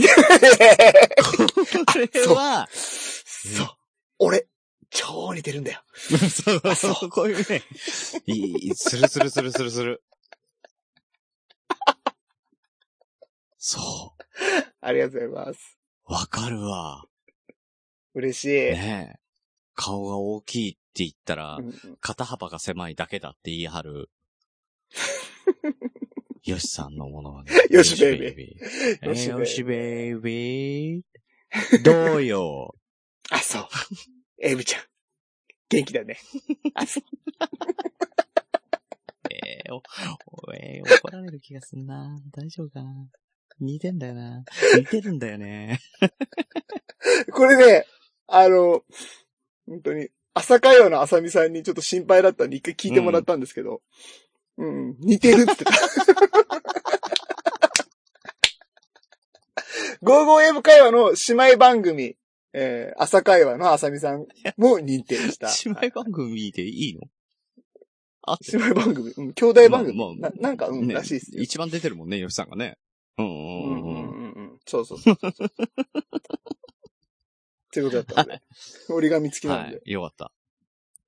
れは、 そう。俺、超似てるんだよ。そう、そうそう、こう いうね、いい、するするするするする。そありがとうございます。う、わかるわ。嬉しい。ねえ。顔が大きいって言ったらう、んうん肩幅が狭いだけだって言い張る。よしさんのものはね。よしベイビービー。よしベイよしベビーイビー。どう よ。あ、そう。エビちゃん。元気だ ね。あ、そう。えー、お、おえ ー怒られる気がすんな。大丈夫かな。似てんだよな。似てるんだよね。これね、あの、本当に、朝会話の浅見さんにちょっと心配だったんで、一回聞いてもらったんですけど、うん、似てるって言ってた。 ゴーゴーエブ会話の姉妹番組、えー、朝会話の浅見さんも認定し た。姉妹番組でいいのあ姉妹番組、うん、兄弟番組、まあまあななんか、うん、ねらしいですよ。一番出てるもんね、よしさんがね。うんうんうんううんうんん。うんうん。そうそうそうそうそう。ということだった ので、折り紙付きなんで。はい。よかった。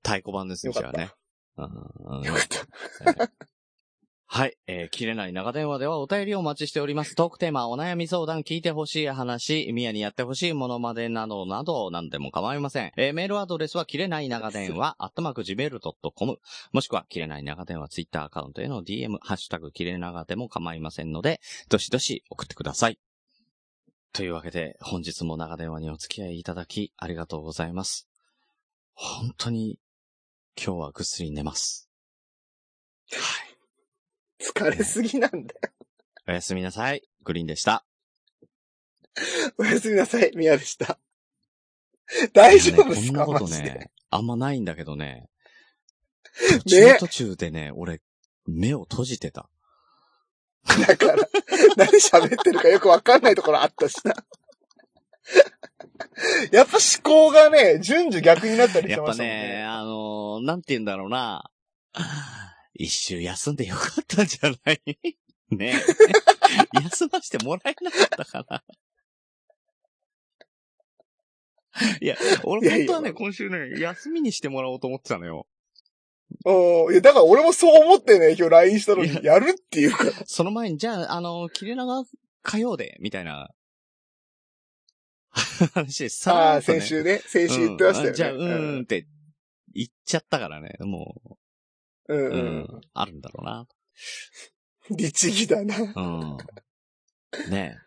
太鼓判ですね、よじかゃあったね。うんうんよかった。はい。えー切れない長電話ではお便りをお待ちしております。トークテーマ、お悩み相談、聞いてほしい話、宮にやってほしいものまでなどなど、何でも構いません。えーメールアドレスは、切れない長電話、アットマーク gmail.com、もしくは、切れない長電話、ツイッターアカウントへの DM、ハッシュタグ、切れ長でも構いませんので、どしどし送ってください。というわけで、本日も長電話にお付き合いいただき、ありがとうございます。本当に、今日はぐっすり寝ます。疲れすぎなんだよ。おやすみなさい。グリーンでした。おやすみなさい、ミヤでした。大丈夫っすいやねか、こんなことマジで。ね、あんまないんだけど ね。途中途中でね、俺、目を閉じてた。だから、何喋ってるかよくわかんないところあったしな。やっぱ思考がね、順序逆になったりしやってまぱしたもんね、ね。あのーなんて言うんだろうな。一周休んでよかったんじゃない ねえ休ましてもらえなかったかな。いや、俺本当はいやいやね、今週ね、休みにしてもらおうと思ってたのよ。おーいや、だから俺もそう思ってね、今日 LINE したのいやに、やるっていうから。その前に、じゃあ、あの、切れ長火曜で、みたいな、 話でさあらあ、っとね先週ね、先週言ってましたうんよね。あじゃあ、うーんって言っちゃったからね、もうんう、ううんん。あるんだろうな。律儀だな。なかうん。ね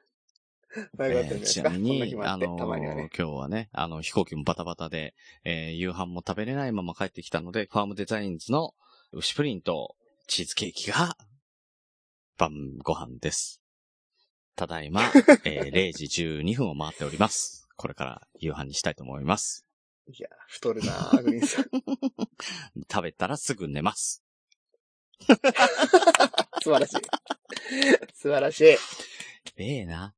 ったんえじゃないーでちすなか。みこんな日に、もああって、のたまにはー、今ね。日はね、あの、飛行機もバタバタで、えー夕飯も食べれないまま帰ってきたので、ファームデザインズの牛プリンとチーズケーキが、晩ご飯です。ただいま、 えー0時12分を回っております。これから夕飯にしたいと思います。いや、太るなあグリーンさん。食べたらすぐ寝ます。素晴らしい。素晴らしい。ええな。